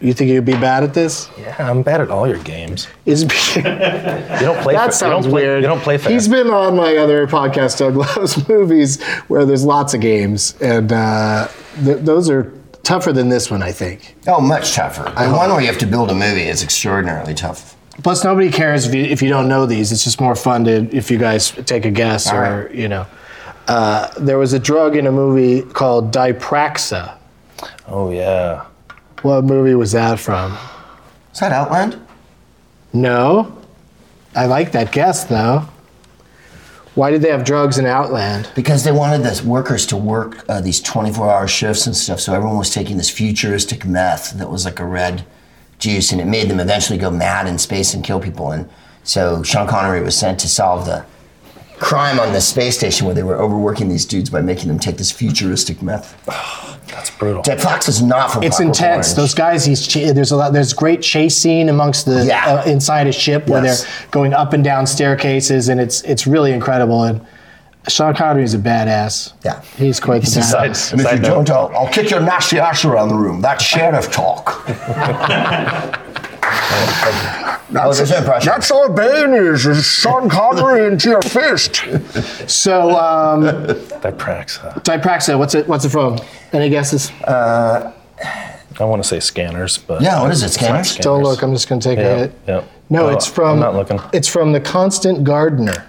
[SPEAKER 1] You think you'd be bad at this?
[SPEAKER 2] yeah, I'm bad at all your games.
[SPEAKER 1] Is
[SPEAKER 2] You don't play.
[SPEAKER 1] That
[SPEAKER 2] fa- you
[SPEAKER 1] sounds
[SPEAKER 2] don't play,
[SPEAKER 1] weird.
[SPEAKER 2] You don't play fair.
[SPEAKER 1] He's been on my other podcast, Doug Loves Movies, where there's lots of games, and uh, th- those are tougher than this one, I think.
[SPEAKER 3] Oh, much tougher. The one where you have to build a movie is extraordinarily tough.
[SPEAKER 1] Plus, nobody cares if you, if you don't know these. It's just more fun to if you guys take a guess
[SPEAKER 3] All
[SPEAKER 1] or
[SPEAKER 3] right.
[SPEAKER 1] you know. Uh, there was a drug in a movie called Dipraxa.
[SPEAKER 2] oh yeah.
[SPEAKER 1] What movie was that from?
[SPEAKER 3] Is that Outland?
[SPEAKER 1] No, I like that guess though. Why did they have drugs in Outland?
[SPEAKER 3] because they wanted the workers to work uh, these 24-hour shifts and stuff. So everyone was taking this futuristic meth that was like a red juice, and it made them eventually go mad in space and kill people. And so Sean Connery was sent to solve the crime on the space station where they were overworking these dudes by making them take this futuristic meth.
[SPEAKER 2] That's brutal.
[SPEAKER 3] Ted Fox is not from.
[SPEAKER 1] It's
[SPEAKER 3] Clockwork
[SPEAKER 1] intense.
[SPEAKER 3] Orange.
[SPEAKER 1] Those guys, he's ch- there's a lot. There's great chase scene amongst the
[SPEAKER 3] Yeah.
[SPEAKER 1] uh, inside a ship where
[SPEAKER 3] Yes.
[SPEAKER 1] they're going up and down staircases, and it's it's really incredible. And Sean Connery is a badass.
[SPEAKER 3] Yeah.
[SPEAKER 1] he's quite the
[SPEAKER 2] Side-
[SPEAKER 1] badass.
[SPEAKER 3] And if you
[SPEAKER 2] side note.
[SPEAKER 3] don't, I'll, I'll kick your nasty ass around the room. That's sheriff talk. that was his impression.
[SPEAKER 7] That's all Bane is, is Sean Connery into your fist.
[SPEAKER 1] So um,
[SPEAKER 2] That cracks. huh?
[SPEAKER 1] Dipraxa, what's it? What's it from? Any guesses?
[SPEAKER 2] I want to say scanners, but
[SPEAKER 3] Yeah, what is it, Scanners?
[SPEAKER 1] Don't look. I'm just going to take a
[SPEAKER 2] Yeah,
[SPEAKER 1] hit.
[SPEAKER 2] yeah.
[SPEAKER 1] No,
[SPEAKER 2] Oh,
[SPEAKER 1] it's from.
[SPEAKER 2] I'm not looking.
[SPEAKER 1] It's from the Constant Gardener.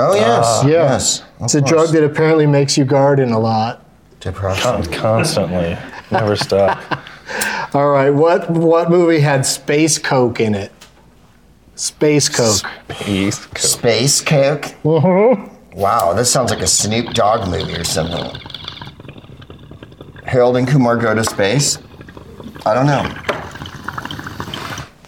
[SPEAKER 3] Oh yes,
[SPEAKER 1] Ah, yeah.
[SPEAKER 3] yes. of
[SPEAKER 1] It's a
[SPEAKER 3] course.
[SPEAKER 1] drug that apparently makes you garden a lot.
[SPEAKER 3] Depression.
[SPEAKER 2] Constantly, never stop.
[SPEAKER 1] All right, what what movie had space coke in it? Space coke.
[SPEAKER 2] East Coast.
[SPEAKER 3] Space Coke.
[SPEAKER 1] Mm-hmm.
[SPEAKER 3] Wow, this sounds like a Snoop Dogg movie or something. Harold and Kumar go to space. I don't know.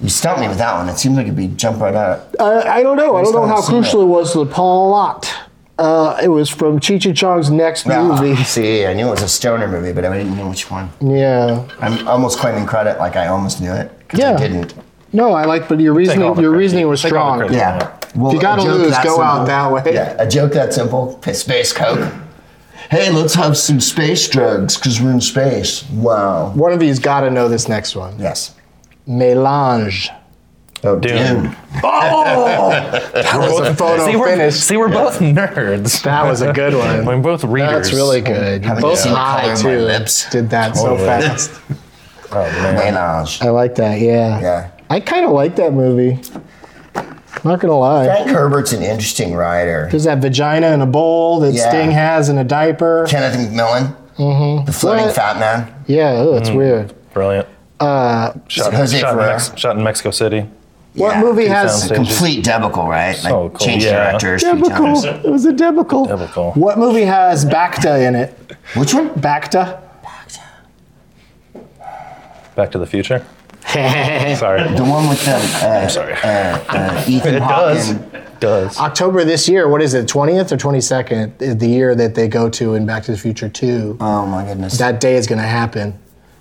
[SPEAKER 3] You stumped me with that one. It seems like it'd be jump right out.
[SPEAKER 1] Uh, I, I don't know. I
[SPEAKER 3] least
[SPEAKER 1] don't know
[SPEAKER 3] I
[SPEAKER 1] how
[SPEAKER 3] haven't seen
[SPEAKER 1] crucial
[SPEAKER 3] it.
[SPEAKER 1] it was to the plot. Uh, it was from Cheech and Chong's next
[SPEAKER 3] Ah,
[SPEAKER 1] movie.
[SPEAKER 3] See, I knew it was a stoner movie, but I didn't know which one.
[SPEAKER 1] Yeah.
[SPEAKER 3] I'm almost claiming credit like I almost knew it. 'cause
[SPEAKER 1] Yeah.
[SPEAKER 3] I didn't.
[SPEAKER 1] No, I like, but your reasoning
[SPEAKER 2] all
[SPEAKER 1] your
[SPEAKER 2] the credit.
[SPEAKER 1] reasoning was
[SPEAKER 2] Take all
[SPEAKER 1] strong.
[SPEAKER 2] the credit.
[SPEAKER 3] Yeah.
[SPEAKER 1] If you
[SPEAKER 3] a
[SPEAKER 1] gotta
[SPEAKER 3] joke
[SPEAKER 1] lose,
[SPEAKER 3] that
[SPEAKER 1] go out that way.
[SPEAKER 3] Yeah, a joke that simple. p- Space Coke. Hey, let's have some space drugs because we're in space. Wow.
[SPEAKER 1] One of you's got to know this next one.
[SPEAKER 3] Yes.
[SPEAKER 1] Melange.
[SPEAKER 3] Oh,
[SPEAKER 2] Dune.
[SPEAKER 3] Dune.
[SPEAKER 1] That was a photo
[SPEAKER 2] See, we're,
[SPEAKER 1] finish.
[SPEAKER 2] see, we're both nerds.
[SPEAKER 1] That was a good one.
[SPEAKER 2] We're both readers.
[SPEAKER 1] That's really good. You
[SPEAKER 3] Haven't
[SPEAKER 1] both
[SPEAKER 3] seen the color
[SPEAKER 1] high
[SPEAKER 3] of my
[SPEAKER 1] too.
[SPEAKER 3] lips.
[SPEAKER 1] Did that so
[SPEAKER 2] Totally.
[SPEAKER 1] fast.
[SPEAKER 2] Oh man.
[SPEAKER 3] Melange.
[SPEAKER 1] I like that. Yeah.
[SPEAKER 3] Yeah.
[SPEAKER 1] I kind of like that movie. Not gonna lie.
[SPEAKER 3] Frank Herbert's an interesting writer.
[SPEAKER 1] There's that vagina in a bowl that
[SPEAKER 3] Yeah.
[SPEAKER 1] Sting has in a diaper.
[SPEAKER 3] Kenneth McMillan, the floating
[SPEAKER 1] Mm-hmm. What?
[SPEAKER 3] fat man.
[SPEAKER 1] Yeah, oh,
[SPEAKER 2] Hmm.
[SPEAKER 1] that's weird.
[SPEAKER 2] Brilliant.
[SPEAKER 1] Uh,
[SPEAKER 2] shot,
[SPEAKER 3] Jose
[SPEAKER 2] shot, in
[SPEAKER 3] Ferrer.
[SPEAKER 2] Mex- shot in Mexico City.
[SPEAKER 1] What movie has
[SPEAKER 3] It's
[SPEAKER 2] Sounds
[SPEAKER 3] a complete debacle, right? Like
[SPEAKER 2] So Oh, cool.
[SPEAKER 3] change
[SPEAKER 2] Yeah.
[SPEAKER 3] directors. three
[SPEAKER 1] Debacle?
[SPEAKER 3] times.
[SPEAKER 1] It was a debacle.
[SPEAKER 2] Debacle.
[SPEAKER 1] What movie has Bacta in it?
[SPEAKER 3] Which one?
[SPEAKER 1] Bacta.
[SPEAKER 2] Back to the Future. Sorry.
[SPEAKER 3] The one with the uh,
[SPEAKER 2] sorry.
[SPEAKER 3] Uh, uh, Ethan
[SPEAKER 2] It
[SPEAKER 3] Hawke
[SPEAKER 2] does.
[SPEAKER 3] and-
[SPEAKER 2] Does.
[SPEAKER 3] Ah.
[SPEAKER 1] October this year. What is it? 20th or 22nd? is The year that they go to in Back to the Future 2.
[SPEAKER 3] Oh my goodness.
[SPEAKER 1] That day is gonna happen.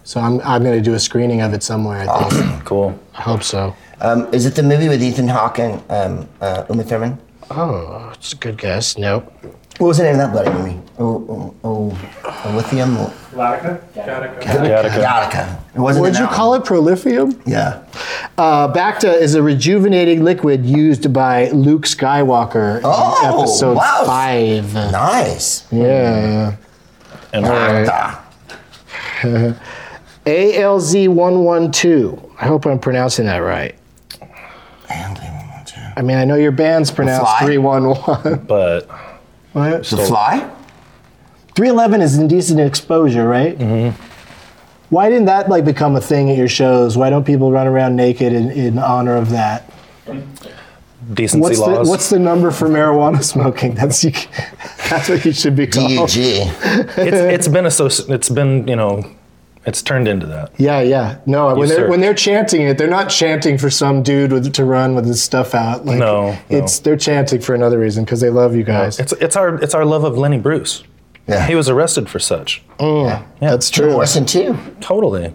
[SPEAKER 1] So I'm I'm gonna do a screening of it somewhere. I think.
[SPEAKER 2] Cool.
[SPEAKER 1] I hope so.
[SPEAKER 3] Um, is it the movie with Ethan Hawke and um, uh, Uma Thurman?
[SPEAKER 1] Oh, it's a good guess. Nope.
[SPEAKER 3] What was the name of that bloody movie? Oh, oh, oh, oh lithium. or-
[SPEAKER 2] Gattaca.
[SPEAKER 3] Gattaca. It wasn't.
[SPEAKER 1] Would
[SPEAKER 3] in
[SPEAKER 1] you
[SPEAKER 3] that
[SPEAKER 1] call
[SPEAKER 3] one.
[SPEAKER 1] it prolifium?
[SPEAKER 3] Yeah.
[SPEAKER 1] Uh, Bacta is a rejuvenating liquid used by Luke Skywalker in
[SPEAKER 3] Oh,
[SPEAKER 1] episode
[SPEAKER 3] wow.
[SPEAKER 1] five.
[SPEAKER 3] Nice.
[SPEAKER 1] Yeah.
[SPEAKER 2] And we're
[SPEAKER 3] Gattaca.
[SPEAKER 1] ALZ112. I hope I'm pronouncing that right.
[SPEAKER 3] And they went to-
[SPEAKER 1] I mean, I know your band's pronounced
[SPEAKER 3] Fly?
[SPEAKER 1] 311.
[SPEAKER 2] but
[SPEAKER 1] What?
[SPEAKER 3] The Fly.
[SPEAKER 1] 311 is indecent exposure, right? Mm-hmm. Why didn't that like become a thing at your shows? Why don't people run around naked in, in honor of that?
[SPEAKER 2] decency
[SPEAKER 1] What's the,
[SPEAKER 2] laws.
[SPEAKER 1] what's the number for marijuana smoking? That's you, that's what you should be called.
[SPEAKER 3] D-U-G.
[SPEAKER 2] it's, it's been associ- It's been you know, it's turned into that.
[SPEAKER 1] Yeah, yeah. No, when they're
[SPEAKER 2] sir.
[SPEAKER 1] when they're chanting it, they're not chanting for some dude with, to run with his stuff out. Like,
[SPEAKER 2] No, no.
[SPEAKER 1] it's they're chanting for another reason because they love you guys.
[SPEAKER 2] It's it's our it's our love of Lenny Bruce.
[SPEAKER 3] Yeah.
[SPEAKER 2] He was arrested for such.
[SPEAKER 1] yeah, Mm. that's true.
[SPEAKER 3] Orson too.
[SPEAKER 2] Totally.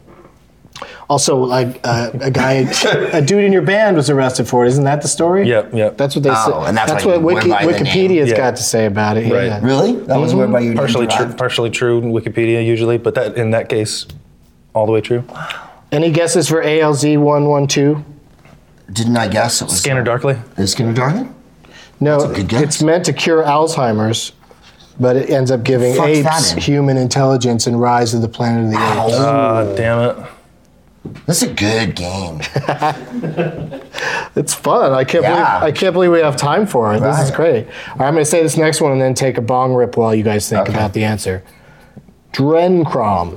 [SPEAKER 1] Also, like uh, a guy, a dude in your band was arrested for it. Isn't that the story?
[SPEAKER 2] Yep. Yep.
[SPEAKER 1] That's what they
[SPEAKER 3] Oh,
[SPEAKER 1] say.
[SPEAKER 3] and that's why
[SPEAKER 1] what
[SPEAKER 3] you
[SPEAKER 1] Wiki,
[SPEAKER 3] went by the name.
[SPEAKER 1] Wikipedia's
[SPEAKER 2] Yeah.
[SPEAKER 1] got to say about it.
[SPEAKER 2] Right.
[SPEAKER 1] Yeah.
[SPEAKER 3] Really? That was where by you.
[SPEAKER 2] partially true. Partially true. in Wikipedia usually, but that in that case, all the way true.
[SPEAKER 1] Any guesses for ALZ one one two?
[SPEAKER 3] Didn't I guess it was
[SPEAKER 2] Scanner Darkly.
[SPEAKER 3] Is Skinner Darling?
[SPEAKER 1] No,
[SPEAKER 3] That's a good guess.
[SPEAKER 1] it's meant to cure Alzheimer's, but it ends up giving
[SPEAKER 3] Fuck's that
[SPEAKER 1] apes
[SPEAKER 3] in?
[SPEAKER 1] human intelligence and Rise of the Planet of the Apes.
[SPEAKER 2] Ah, damn it.
[SPEAKER 3] That's a good game.
[SPEAKER 1] It's fun. I can't
[SPEAKER 3] Yeah.
[SPEAKER 1] believe I can't believe we have time for it. This is
[SPEAKER 3] Right.
[SPEAKER 1] great. All right, I'm going to say this next one and then take a bong rip while you guys think
[SPEAKER 3] Okay.
[SPEAKER 1] about the answer. Drencrom.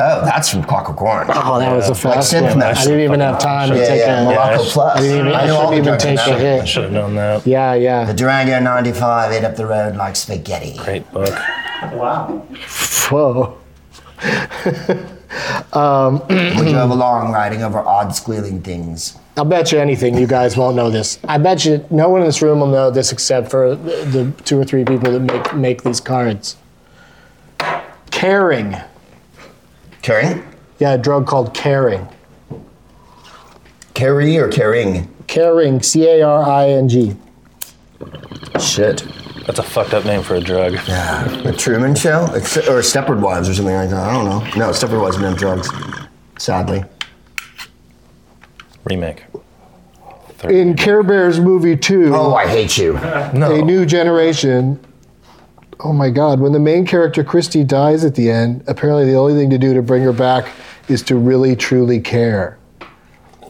[SPEAKER 3] Oh, that's from Clockwork Orange.
[SPEAKER 1] Oh, that was a
[SPEAKER 3] Like
[SPEAKER 1] fast
[SPEAKER 3] Sid
[SPEAKER 1] one.
[SPEAKER 3] from
[SPEAKER 1] I
[SPEAKER 3] that
[SPEAKER 1] didn't even have time to
[SPEAKER 3] Yeah,
[SPEAKER 1] take
[SPEAKER 3] yeah,
[SPEAKER 1] a.
[SPEAKER 3] Morocco
[SPEAKER 2] yeah.
[SPEAKER 3] Plus.
[SPEAKER 1] I didn't even, I
[SPEAKER 3] know all
[SPEAKER 1] shouldn't
[SPEAKER 3] the
[SPEAKER 1] even
[SPEAKER 3] drugs in
[SPEAKER 1] take a
[SPEAKER 3] that.
[SPEAKER 2] I
[SPEAKER 1] hit.
[SPEAKER 2] should have known that.
[SPEAKER 1] Yeah, yeah.
[SPEAKER 3] The Durango 95 ate up the road like spaghetti.
[SPEAKER 2] Great book.
[SPEAKER 1] Whoa.
[SPEAKER 3] We drove along riding over odd squealing things.
[SPEAKER 1] I'll bet you anything you guys won't know this. I bet you no one in this room will know this except for the, the two or three people that make, make these cards. Caring.
[SPEAKER 3] Carrying?
[SPEAKER 1] Yeah, a drug called Caring.
[SPEAKER 3] Carry or carrying?
[SPEAKER 1] Caring, C A R I N G.
[SPEAKER 3] Shit.
[SPEAKER 2] That's a fucked up name for a drug.
[SPEAKER 3] The Truman Show? It's- or Stepford Wives or something like that. I don't know. No, Stepford Wives didn't have drugs, sadly.
[SPEAKER 2] Remake. Third.
[SPEAKER 1] In Care Bears movie 2,
[SPEAKER 3] Oh, I hate you.
[SPEAKER 2] No.
[SPEAKER 1] A New Generation. Oh my God, when the main character Christy dies at the end, apparently the only thing to do to bring her back is to really truly care.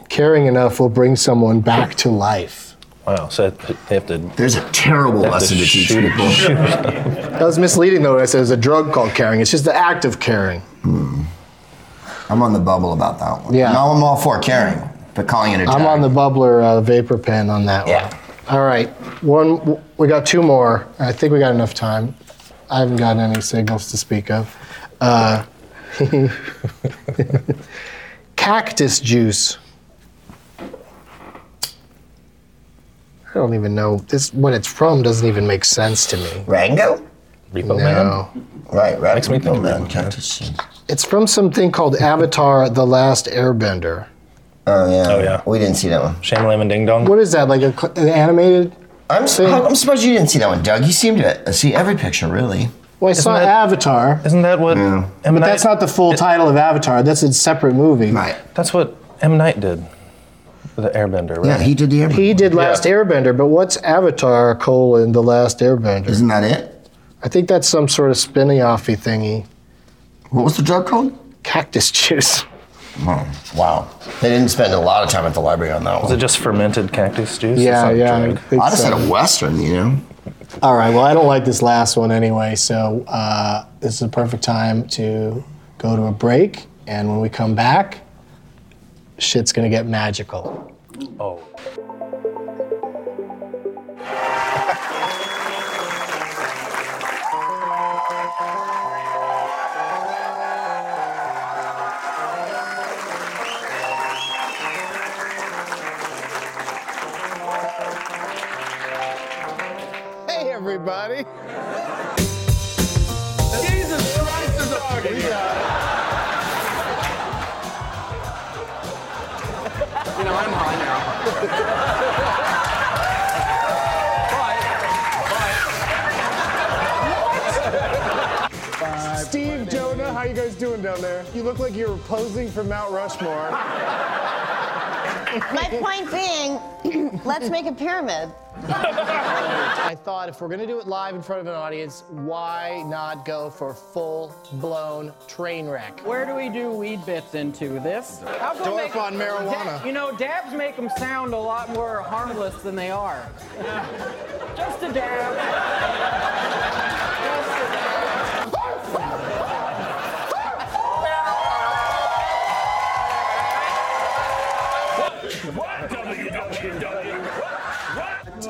[SPEAKER 1] Caring enough will bring someone back to life.
[SPEAKER 2] Wow. So they have to.
[SPEAKER 3] There's a terrible
[SPEAKER 2] They have to
[SPEAKER 3] lesson to teach
[SPEAKER 2] shoot-
[SPEAKER 3] people.
[SPEAKER 1] That was misleading though when I said it was a drug called caring. It's just the act of caring.
[SPEAKER 3] I'm on the bubble about that one.
[SPEAKER 1] Yeah.
[SPEAKER 3] No, I'm all for carrying, but calling it a
[SPEAKER 1] I'm
[SPEAKER 3] drug.
[SPEAKER 1] on the bubbler uh, vapor pen on that
[SPEAKER 3] Yeah.
[SPEAKER 1] one. All right, one. We got two more. I think we got enough time. I haven't gotten any signals to speak of. Uh, cactus juice. I don't even know this. What it's from doesn't even make sense to me.
[SPEAKER 3] Rango?
[SPEAKER 2] Repo Oh, Man.
[SPEAKER 1] No,
[SPEAKER 3] Right, right.
[SPEAKER 2] Makes me think
[SPEAKER 3] Oh,
[SPEAKER 2] of
[SPEAKER 3] man,
[SPEAKER 2] Rango.
[SPEAKER 3] cactus.
[SPEAKER 1] it's from something called Avatar: The Last Airbender.
[SPEAKER 3] Oh, yeah.
[SPEAKER 2] Oh, yeah.
[SPEAKER 3] We didn't see that one.
[SPEAKER 2] Sham Lam and Ding Dong.
[SPEAKER 1] What is that? Like a, cl- an animated?
[SPEAKER 3] I'm, su-
[SPEAKER 1] Same.
[SPEAKER 3] I'm surprised you didn't see that one, Doug. You seem to uh, see every picture, really.
[SPEAKER 1] Well, I saw
[SPEAKER 2] that-
[SPEAKER 1] Avatar.
[SPEAKER 2] Isn't that what? M.
[SPEAKER 1] But
[SPEAKER 2] Night-
[SPEAKER 1] that's not the full title of Avatar. That's a separate movie.
[SPEAKER 2] That's what M Night did. with The Airbender, right?
[SPEAKER 3] Yeah, he did the
[SPEAKER 1] He
[SPEAKER 3] everything.
[SPEAKER 1] did Last
[SPEAKER 2] Yeah.
[SPEAKER 1] Airbender, but what's Avatar colon The Last Airbender?
[SPEAKER 3] Isn't that it?
[SPEAKER 1] I think that's some sort of spin-offy thingy.
[SPEAKER 3] What was the drug called?
[SPEAKER 1] Cactus juice.
[SPEAKER 3] Oh, wow. They didn't spend a lot of time at the library on that
[SPEAKER 2] Was it
[SPEAKER 3] one.
[SPEAKER 2] just fermented cactus juice? It's
[SPEAKER 1] Yeah,
[SPEAKER 2] not a
[SPEAKER 1] yeah. I
[SPEAKER 2] drug.
[SPEAKER 1] think
[SPEAKER 3] I just
[SPEAKER 1] so.
[SPEAKER 3] had a Western, you know?
[SPEAKER 1] uh, All right. Well, I don't like this last one anyway, so uh, this is a perfect time to go to a break. And when we come back, shit's gonna get magical.
[SPEAKER 2] Oh.
[SPEAKER 1] Hey, everybody.
[SPEAKER 4] Jesus Christ, there's a dog in here.
[SPEAKER 6] You know, I'm high now.
[SPEAKER 1] Steve, Jonah, how you guys doing down there? You look like you're posing for Mount Rushmore.
[SPEAKER 5] My point being, let's make a pyramid.
[SPEAKER 1] I thought if we're gonna do it live in front of an audience, why not go for full blown train wreck?
[SPEAKER 6] Where do we do weed bits into this? How come
[SPEAKER 1] Dorf on marijuana.
[SPEAKER 6] Da- you know, dabs make them sound a lot more harmless than they are. Just a dab.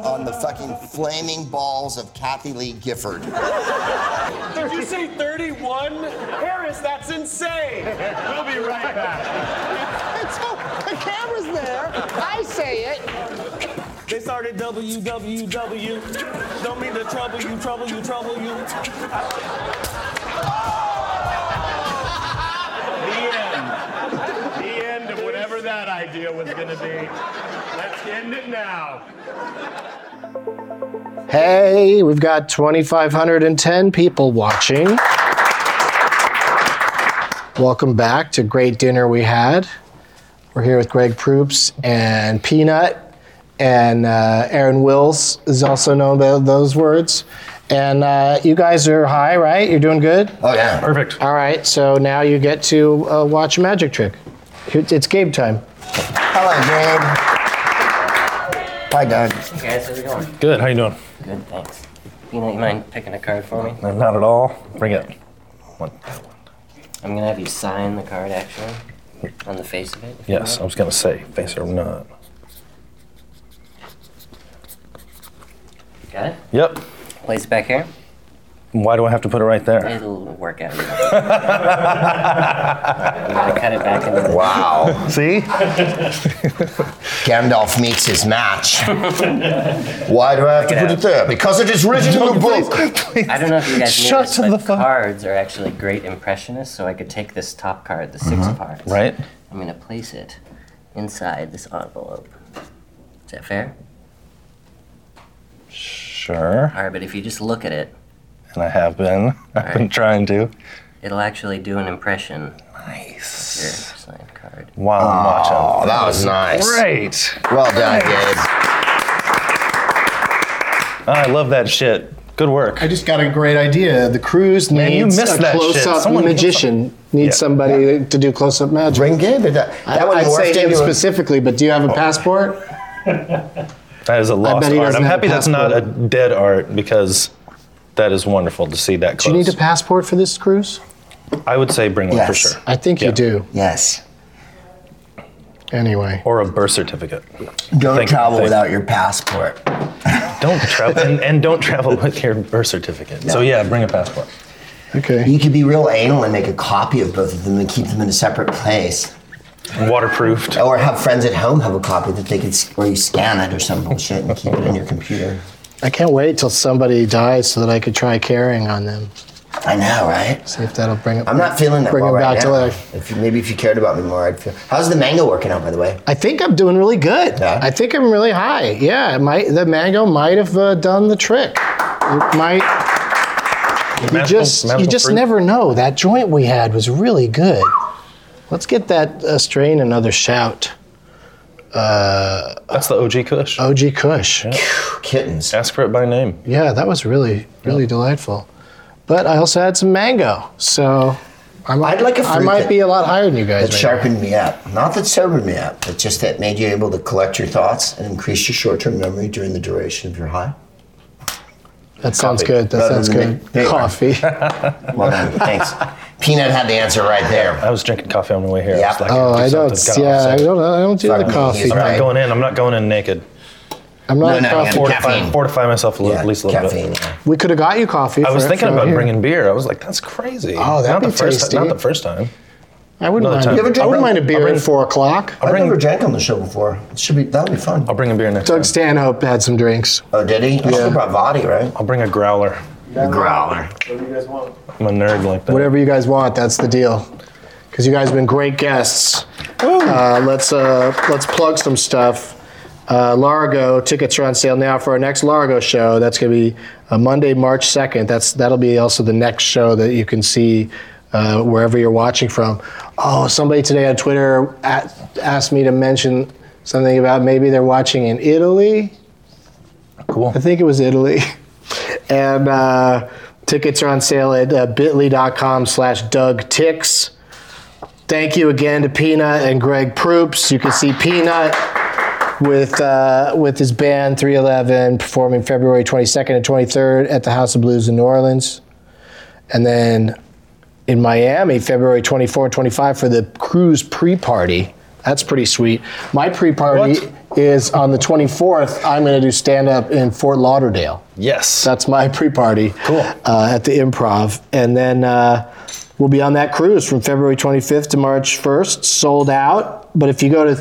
[SPEAKER 3] On the fucking flaming balls of Kathy Lee Gifford.
[SPEAKER 4] Did you say 31? Harris, that's insane. We'll be right back.
[SPEAKER 1] the camera's there. I say it.
[SPEAKER 4] They started WWW. Don't mean to trouble you, trouble you, trouble you. The end. The end of whatever that idea was going to be. Let's end it now.
[SPEAKER 1] Hey, we've got 2,510 people watching. Welcome back to Great Dinner We Had. We're here with Greg Proops and Peanut, and uh, Aaron Wills is also known by those words. And uh, you guys are high, right? You're doing good?
[SPEAKER 3] Oh, yeah.
[SPEAKER 2] Perfect.
[SPEAKER 1] All right, so now you get to uh, watch a magic trick. It- It's game time.
[SPEAKER 3] Hello, Gabe. Hi, Doug.
[SPEAKER 8] Hey guys, how's it going?
[SPEAKER 2] Good. How you doing?
[SPEAKER 8] Good, thanks.
[SPEAKER 2] Uh,
[SPEAKER 8] You know, you mind picking a card for me?
[SPEAKER 2] No, Not at all. Bring it. One.
[SPEAKER 8] I'm gonna have you sign the card actually on the face of it. if you
[SPEAKER 2] Yes, I was gonna say, face or not.
[SPEAKER 8] want. Got it?
[SPEAKER 2] Yep.
[SPEAKER 8] Place it back here.
[SPEAKER 2] Why do I have to put it right there?
[SPEAKER 8] It'll work out. I'm gonna cut it back in the
[SPEAKER 3] Wow.
[SPEAKER 2] See?
[SPEAKER 3] Gandalf meets his match. Why do I have to put it there? Because it is written in the book.
[SPEAKER 8] I don't know if you guys
[SPEAKER 2] Shut
[SPEAKER 8] knew this,
[SPEAKER 2] the
[SPEAKER 8] but
[SPEAKER 2] fuck-
[SPEAKER 8] cards are actually great impressionists. So I could take this top card, the 6 of hearts.
[SPEAKER 2] Right?
[SPEAKER 8] I'm gonna place it inside this envelope. Is that fair?
[SPEAKER 2] Sure.
[SPEAKER 8] All right, but if you just look at it,
[SPEAKER 2] And I have been. I've been trying to.
[SPEAKER 8] it'll actually do an impression.
[SPEAKER 2] Nice.
[SPEAKER 8] Your signed card.
[SPEAKER 2] Wow,
[SPEAKER 3] Oh, that was nice.
[SPEAKER 2] Great.
[SPEAKER 3] Well done, Gabe.
[SPEAKER 2] I love that shit. Good work.
[SPEAKER 1] I just got a great idea. The cruise
[SPEAKER 2] Man, you
[SPEAKER 1] needs
[SPEAKER 2] missed
[SPEAKER 1] a
[SPEAKER 2] that shit.
[SPEAKER 1] close-up
[SPEAKER 2] Someone needs
[SPEAKER 1] magician. Needs
[SPEAKER 2] Yeah.
[SPEAKER 1] somebody to do close-up magic.
[SPEAKER 3] Bring Gabe. That, that
[SPEAKER 1] I,
[SPEAKER 3] one
[SPEAKER 1] I'd say
[SPEAKER 3] morphed
[SPEAKER 1] him
[SPEAKER 3] into a-
[SPEAKER 1] specifically, but do you have
[SPEAKER 2] Oh.
[SPEAKER 1] a passport?
[SPEAKER 2] That is a lost
[SPEAKER 1] bet he
[SPEAKER 2] art.
[SPEAKER 1] doesn't have
[SPEAKER 2] I'm
[SPEAKER 1] a
[SPEAKER 2] happy that's not a
[SPEAKER 1] passport.
[SPEAKER 2] dead art because that is wonderful to see that
[SPEAKER 1] Do
[SPEAKER 2] close.
[SPEAKER 1] you need a passport for this cruise?
[SPEAKER 2] I would say bring one for
[SPEAKER 3] Yes.
[SPEAKER 2] sure.
[SPEAKER 1] I think you do.
[SPEAKER 3] Yes.
[SPEAKER 1] Anyway.
[SPEAKER 2] Or a birth certificate.
[SPEAKER 3] Don't
[SPEAKER 2] Thank you,
[SPEAKER 3] travel
[SPEAKER 2] thank you.
[SPEAKER 3] without your passport.
[SPEAKER 2] Don't travel and, and don't travel with your birth certificate. So yeah, bring a passport.
[SPEAKER 1] Okay.
[SPEAKER 3] You could be real anal and make a copy of both of them and keep them in a separate place.
[SPEAKER 2] Waterproofed.
[SPEAKER 3] Or have friends at home have a copy that they could, s- or you scan it or some bullshit and keep it in your computer.
[SPEAKER 1] I can't wait till somebody dies so that I could try carrying on them.
[SPEAKER 3] I know, right?
[SPEAKER 1] See if that'll bring it.
[SPEAKER 3] I'm not feeling that
[SPEAKER 1] Bring
[SPEAKER 3] well
[SPEAKER 1] it
[SPEAKER 3] right
[SPEAKER 1] back to
[SPEAKER 3] now.
[SPEAKER 1] life.
[SPEAKER 3] If you, maybe if you cared about me more, I'd feel. How's the mango working out, by the way?
[SPEAKER 1] I think I'm doing really good.
[SPEAKER 3] Yeah?
[SPEAKER 1] I think I'm really high. Yeah, it might, the mango might have uh, done the trick. It might. You
[SPEAKER 2] Magical-
[SPEAKER 1] just you
[SPEAKER 2] magical
[SPEAKER 1] just
[SPEAKER 2] fruit.
[SPEAKER 1] never know. That joint we had was really good. Let's get that uh, strain another shout.
[SPEAKER 2] That's the OG Kush.
[SPEAKER 1] OG Kush.
[SPEAKER 3] Kittens.
[SPEAKER 2] Ask for it by name.
[SPEAKER 1] Yeah, that was really really delightful. But I also had some mango, so I might,
[SPEAKER 3] I'd like a
[SPEAKER 1] I
[SPEAKER 3] fruit
[SPEAKER 1] might
[SPEAKER 3] that-
[SPEAKER 1] be a lot higher than you guys.
[SPEAKER 3] That
[SPEAKER 1] right
[SPEAKER 3] sharpened me up. Not that sobered me up, but just that made you able to collect your thoughts and increase your short term memory during the duration of your high.
[SPEAKER 1] now. That sounds
[SPEAKER 3] coffee.
[SPEAKER 1] good. That
[SPEAKER 3] Better
[SPEAKER 1] sounds
[SPEAKER 3] than
[SPEAKER 1] good.
[SPEAKER 3] me. There you are.
[SPEAKER 1] Coffee.
[SPEAKER 3] Well done. Thanks. Peanut had the answer right there.
[SPEAKER 2] I was drinking coffee on the way here. I
[SPEAKER 3] Yeah.
[SPEAKER 2] was like,
[SPEAKER 1] Oh, I
[SPEAKER 2] do
[SPEAKER 1] don't.
[SPEAKER 2] something, God,
[SPEAKER 1] Yeah,
[SPEAKER 2] so-
[SPEAKER 1] I don't. I don't do
[SPEAKER 3] Fuck
[SPEAKER 1] the
[SPEAKER 3] me,
[SPEAKER 1] coffee.
[SPEAKER 3] he's
[SPEAKER 2] I'm not
[SPEAKER 3] right.
[SPEAKER 2] going in. I'm not going in naked.
[SPEAKER 1] I'm not
[SPEAKER 3] No,
[SPEAKER 1] a
[SPEAKER 3] no,
[SPEAKER 1] coffee.
[SPEAKER 3] yeah.
[SPEAKER 2] Fortify,
[SPEAKER 3] Caffeine.
[SPEAKER 2] fortify myself a little,
[SPEAKER 3] Yeah,
[SPEAKER 2] at least a little
[SPEAKER 3] caffeine.
[SPEAKER 2] bit.
[SPEAKER 3] yeah.
[SPEAKER 1] We could have got you coffee.
[SPEAKER 2] I was
[SPEAKER 1] for-
[SPEAKER 2] thinking
[SPEAKER 1] for
[SPEAKER 2] about
[SPEAKER 1] here.
[SPEAKER 2] bringing beer. I was like, that's crazy.
[SPEAKER 1] Oh, that'd
[SPEAKER 2] not
[SPEAKER 1] be
[SPEAKER 2] the first,
[SPEAKER 1] tasty.
[SPEAKER 2] Not the first time.
[SPEAKER 1] I wouldn't
[SPEAKER 2] another
[SPEAKER 1] mind.
[SPEAKER 2] time. You ever
[SPEAKER 1] I
[SPEAKER 2] drink
[SPEAKER 1] wouldn't
[SPEAKER 2] rum?
[SPEAKER 1] mind a beer
[SPEAKER 2] I'll bring-
[SPEAKER 1] at four o'clock.
[SPEAKER 2] I'll
[SPEAKER 3] I've
[SPEAKER 2] bring,
[SPEAKER 3] never drank on the show before. It should be that'll be fun.
[SPEAKER 2] I'll bring a beer next
[SPEAKER 1] Doug
[SPEAKER 2] time.
[SPEAKER 1] Stanhope had some drinks.
[SPEAKER 3] Oh, did he? I should brought Vadi, right?
[SPEAKER 2] I'll bring a growler.
[SPEAKER 3] Growler.
[SPEAKER 2] I'm a nerd like that.
[SPEAKER 1] Whatever you guys want, that's the deal. Because you guys have been great guests. Uh, let's uh, let's plug some stuff. Uh, Largo tickets are on sale now for our next Largo show. That's going to be uh, Monday, March second. That's that'll be also the next show that you can see uh, wherever you're watching from. Oh, somebody today on Twitter at, asked me to mention something about maybe they're watching in Italy.
[SPEAKER 2] Cool.
[SPEAKER 1] I think it was Italy. And uh, tickets are on sale at uh, bit.ly.com slash Doug Tix. Thank you again to Peanut and Greg Proops. You can see Peanut with uh, with his band 311 performing February 22nd and 23rd at the House of Blues in New Orleans. And then in Miami, February 24 and 25 for the cruise pre-party. That's pretty sweet. My pre-party is on the 24th. I'm going to do stand-up in Fort Lauderdale.
[SPEAKER 2] Yes.
[SPEAKER 1] That's my pre-party.
[SPEAKER 2] Cool.
[SPEAKER 1] Uh, at the Improv, and then uh, we'll be on that cruise from February 25th to March 1st, sold out. But if you go to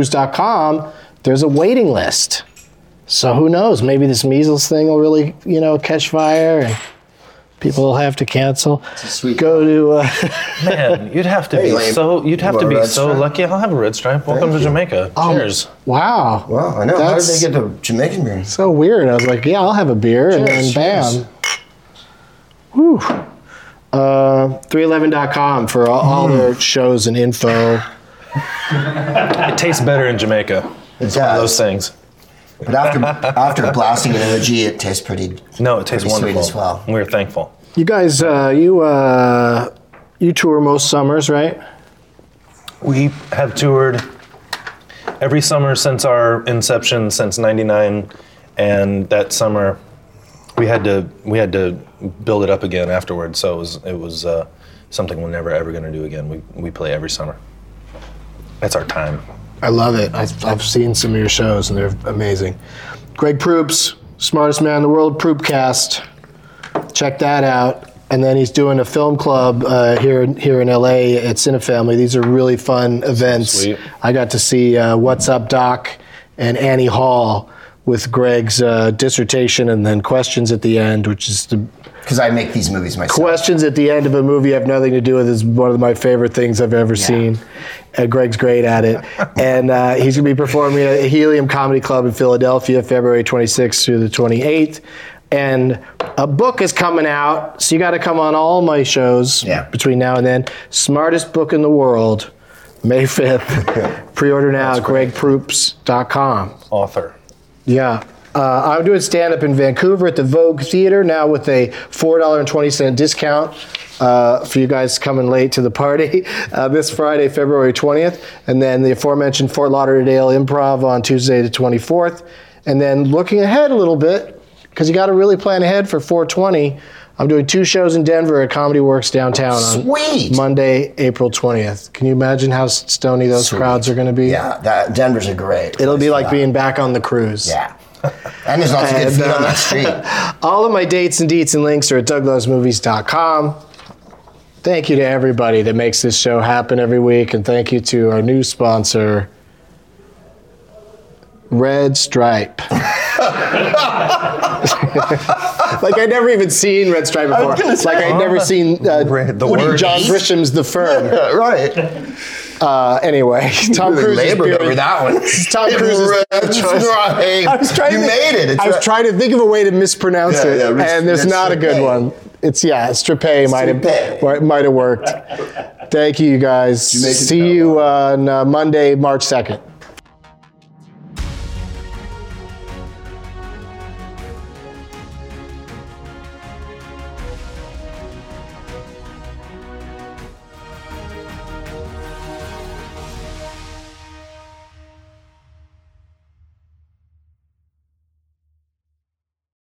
[SPEAKER 1] 311cruise.com, there's a waiting list. So who knows? Maybe this measles thing will really, you know, catch fire and people will have to cancel.
[SPEAKER 3] sweet-
[SPEAKER 1] Go to. Uh,
[SPEAKER 2] Man, you'd have to
[SPEAKER 3] Hey,
[SPEAKER 2] be
[SPEAKER 3] Lane,
[SPEAKER 2] so you'd have
[SPEAKER 3] you
[SPEAKER 2] to
[SPEAKER 3] want a
[SPEAKER 2] be
[SPEAKER 3] red
[SPEAKER 2] so
[SPEAKER 3] stripe?
[SPEAKER 2] lucky. I'll have a red stripe. Welcome to
[SPEAKER 3] Thank you.
[SPEAKER 2] Jamaica.
[SPEAKER 1] um,
[SPEAKER 2] Cheers.
[SPEAKER 1] Wow.
[SPEAKER 3] Wow, I know.
[SPEAKER 1] That's
[SPEAKER 3] How did they get the Jamaican beer?
[SPEAKER 1] so weird. I was like, yeah, I'll have a beer, and then
[SPEAKER 3] Cheers,
[SPEAKER 1] bam.
[SPEAKER 3] cheers.
[SPEAKER 1] Whew. Uh, 311.com for all, all
[SPEAKER 3] Mm.
[SPEAKER 1] their shows and info.
[SPEAKER 2] It tastes better in Jamaica.
[SPEAKER 3] It's
[SPEAKER 2] One of those things.
[SPEAKER 3] But after after blasting an energy, it tastes pretty.
[SPEAKER 2] No, it tastes
[SPEAKER 3] Pretty sweet
[SPEAKER 2] wonderful.
[SPEAKER 3] as well.
[SPEAKER 2] We're thankful.
[SPEAKER 1] You guys, uh, you uh, you tour most summers, right?
[SPEAKER 2] We have toured every summer since our inception, since '99, and that summer we had to we had to build it up again afterwards. So it was it was uh, something we're never ever going to do again. We, we play every summer. That's our time.
[SPEAKER 1] I love it. I've, I've seen some of your shows and they're amazing. Greg Proops, smartest man in the world, Proopcast. Check that out. And then he's doing a film club uh, here here in LA at Cinefamily. These are really fun events.
[SPEAKER 2] Sweet.
[SPEAKER 1] I got to see uh, What's Up Doc and Annie Hall with Greg's uh, dissertation and then questions at the end, which is the
[SPEAKER 3] Because I make these movies myself.
[SPEAKER 1] questions at the end of a movie have nothing to do with is one of my favorite things I've ever seen. Uh, Greg's great at it, and uh, he's going to be performing at Helium Comedy Club in Philadelphia, February 26th through the 28th. And a book is coming out, so you got to come on all my shows
[SPEAKER 3] Yeah.
[SPEAKER 1] between now and then. Smartest book in the world, May 5th. Pre-order now at gregproops.com.
[SPEAKER 2] Author.
[SPEAKER 1] Yeah. Uh, I'm doing stand up in Vancouver at the Vogue Theater now with a $4.20 discount uh, for you guys coming late to the party uh, this Friday, February 20th. And then the aforementioned Fort Lauderdale Improv on Tuesday, the 24th. And then looking ahead a little bit, because you got to really plan ahead for 420. I'm doing two shows in Denver at Comedy Works downtown on
[SPEAKER 3] Sweet.
[SPEAKER 1] Monday, April 20th. Can you imagine how stony those crowds are going to be?
[SPEAKER 3] Yeah, that, Denver's a great.
[SPEAKER 1] It'll
[SPEAKER 3] place
[SPEAKER 1] be
[SPEAKER 3] for
[SPEAKER 1] like
[SPEAKER 3] that.
[SPEAKER 1] being back on the cruise.
[SPEAKER 3] Yeah. And there's lots of good
[SPEAKER 1] And,
[SPEAKER 3] food
[SPEAKER 1] uh,
[SPEAKER 3] on that street.
[SPEAKER 1] All of my dates and deets and links are at douglovesmovies.com. Thank you to everybody that makes this show happen every week, and thank you to our new sponsor, Red Stripe. like I'd never even seen Red Stripe before. Like I'd never seen uh,
[SPEAKER 2] Red- the
[SPEAKER 1] Woody
[SPEAKER 2] word.
[SPEAKER 1] John Grisham's The Firm.
[SPEAKER 3] Yeah, right.
[SPEAKER 1] Uh, anyway, Tom
[SPEAKER 3] Really
[SPEAKER 1] Cruise is
[SPEAKER 3] labored over that one.
[SPEAKER 1] Tom Cruise's
[SPEAKER 3] That's
[SPEAKER 1] choice.
[SPEAKER 3] right.
[SPEAKER 1] I was trying
[SPEAKER 3] you
[SPEAKER 1] to,
[SPEAKER 3] made it. It's
[SPEAKER 1] I was
[SPEAKER 3] right.
[SPEAKER 1] trying to think of a way to mispronounce
[SPEAKER 3] Yeah,
[SPEAKER 1] it,
[SPEAKER 3] yeah, mis-
[SPEAKER 1] and there's not a good
[SPEAKER 3] misrepe.
[SPEAKER 1] one. It's yeah, Strape might have
[SPEAKER 3] Strape.
[SPEAKER 1] wor- might have worked. Thank you, you guys.
[SPEAKER 3] make it
[SPEAKER 1] See
[SPEAKER 3] that
[SPEAKER 1] you on uh, Monday, March second.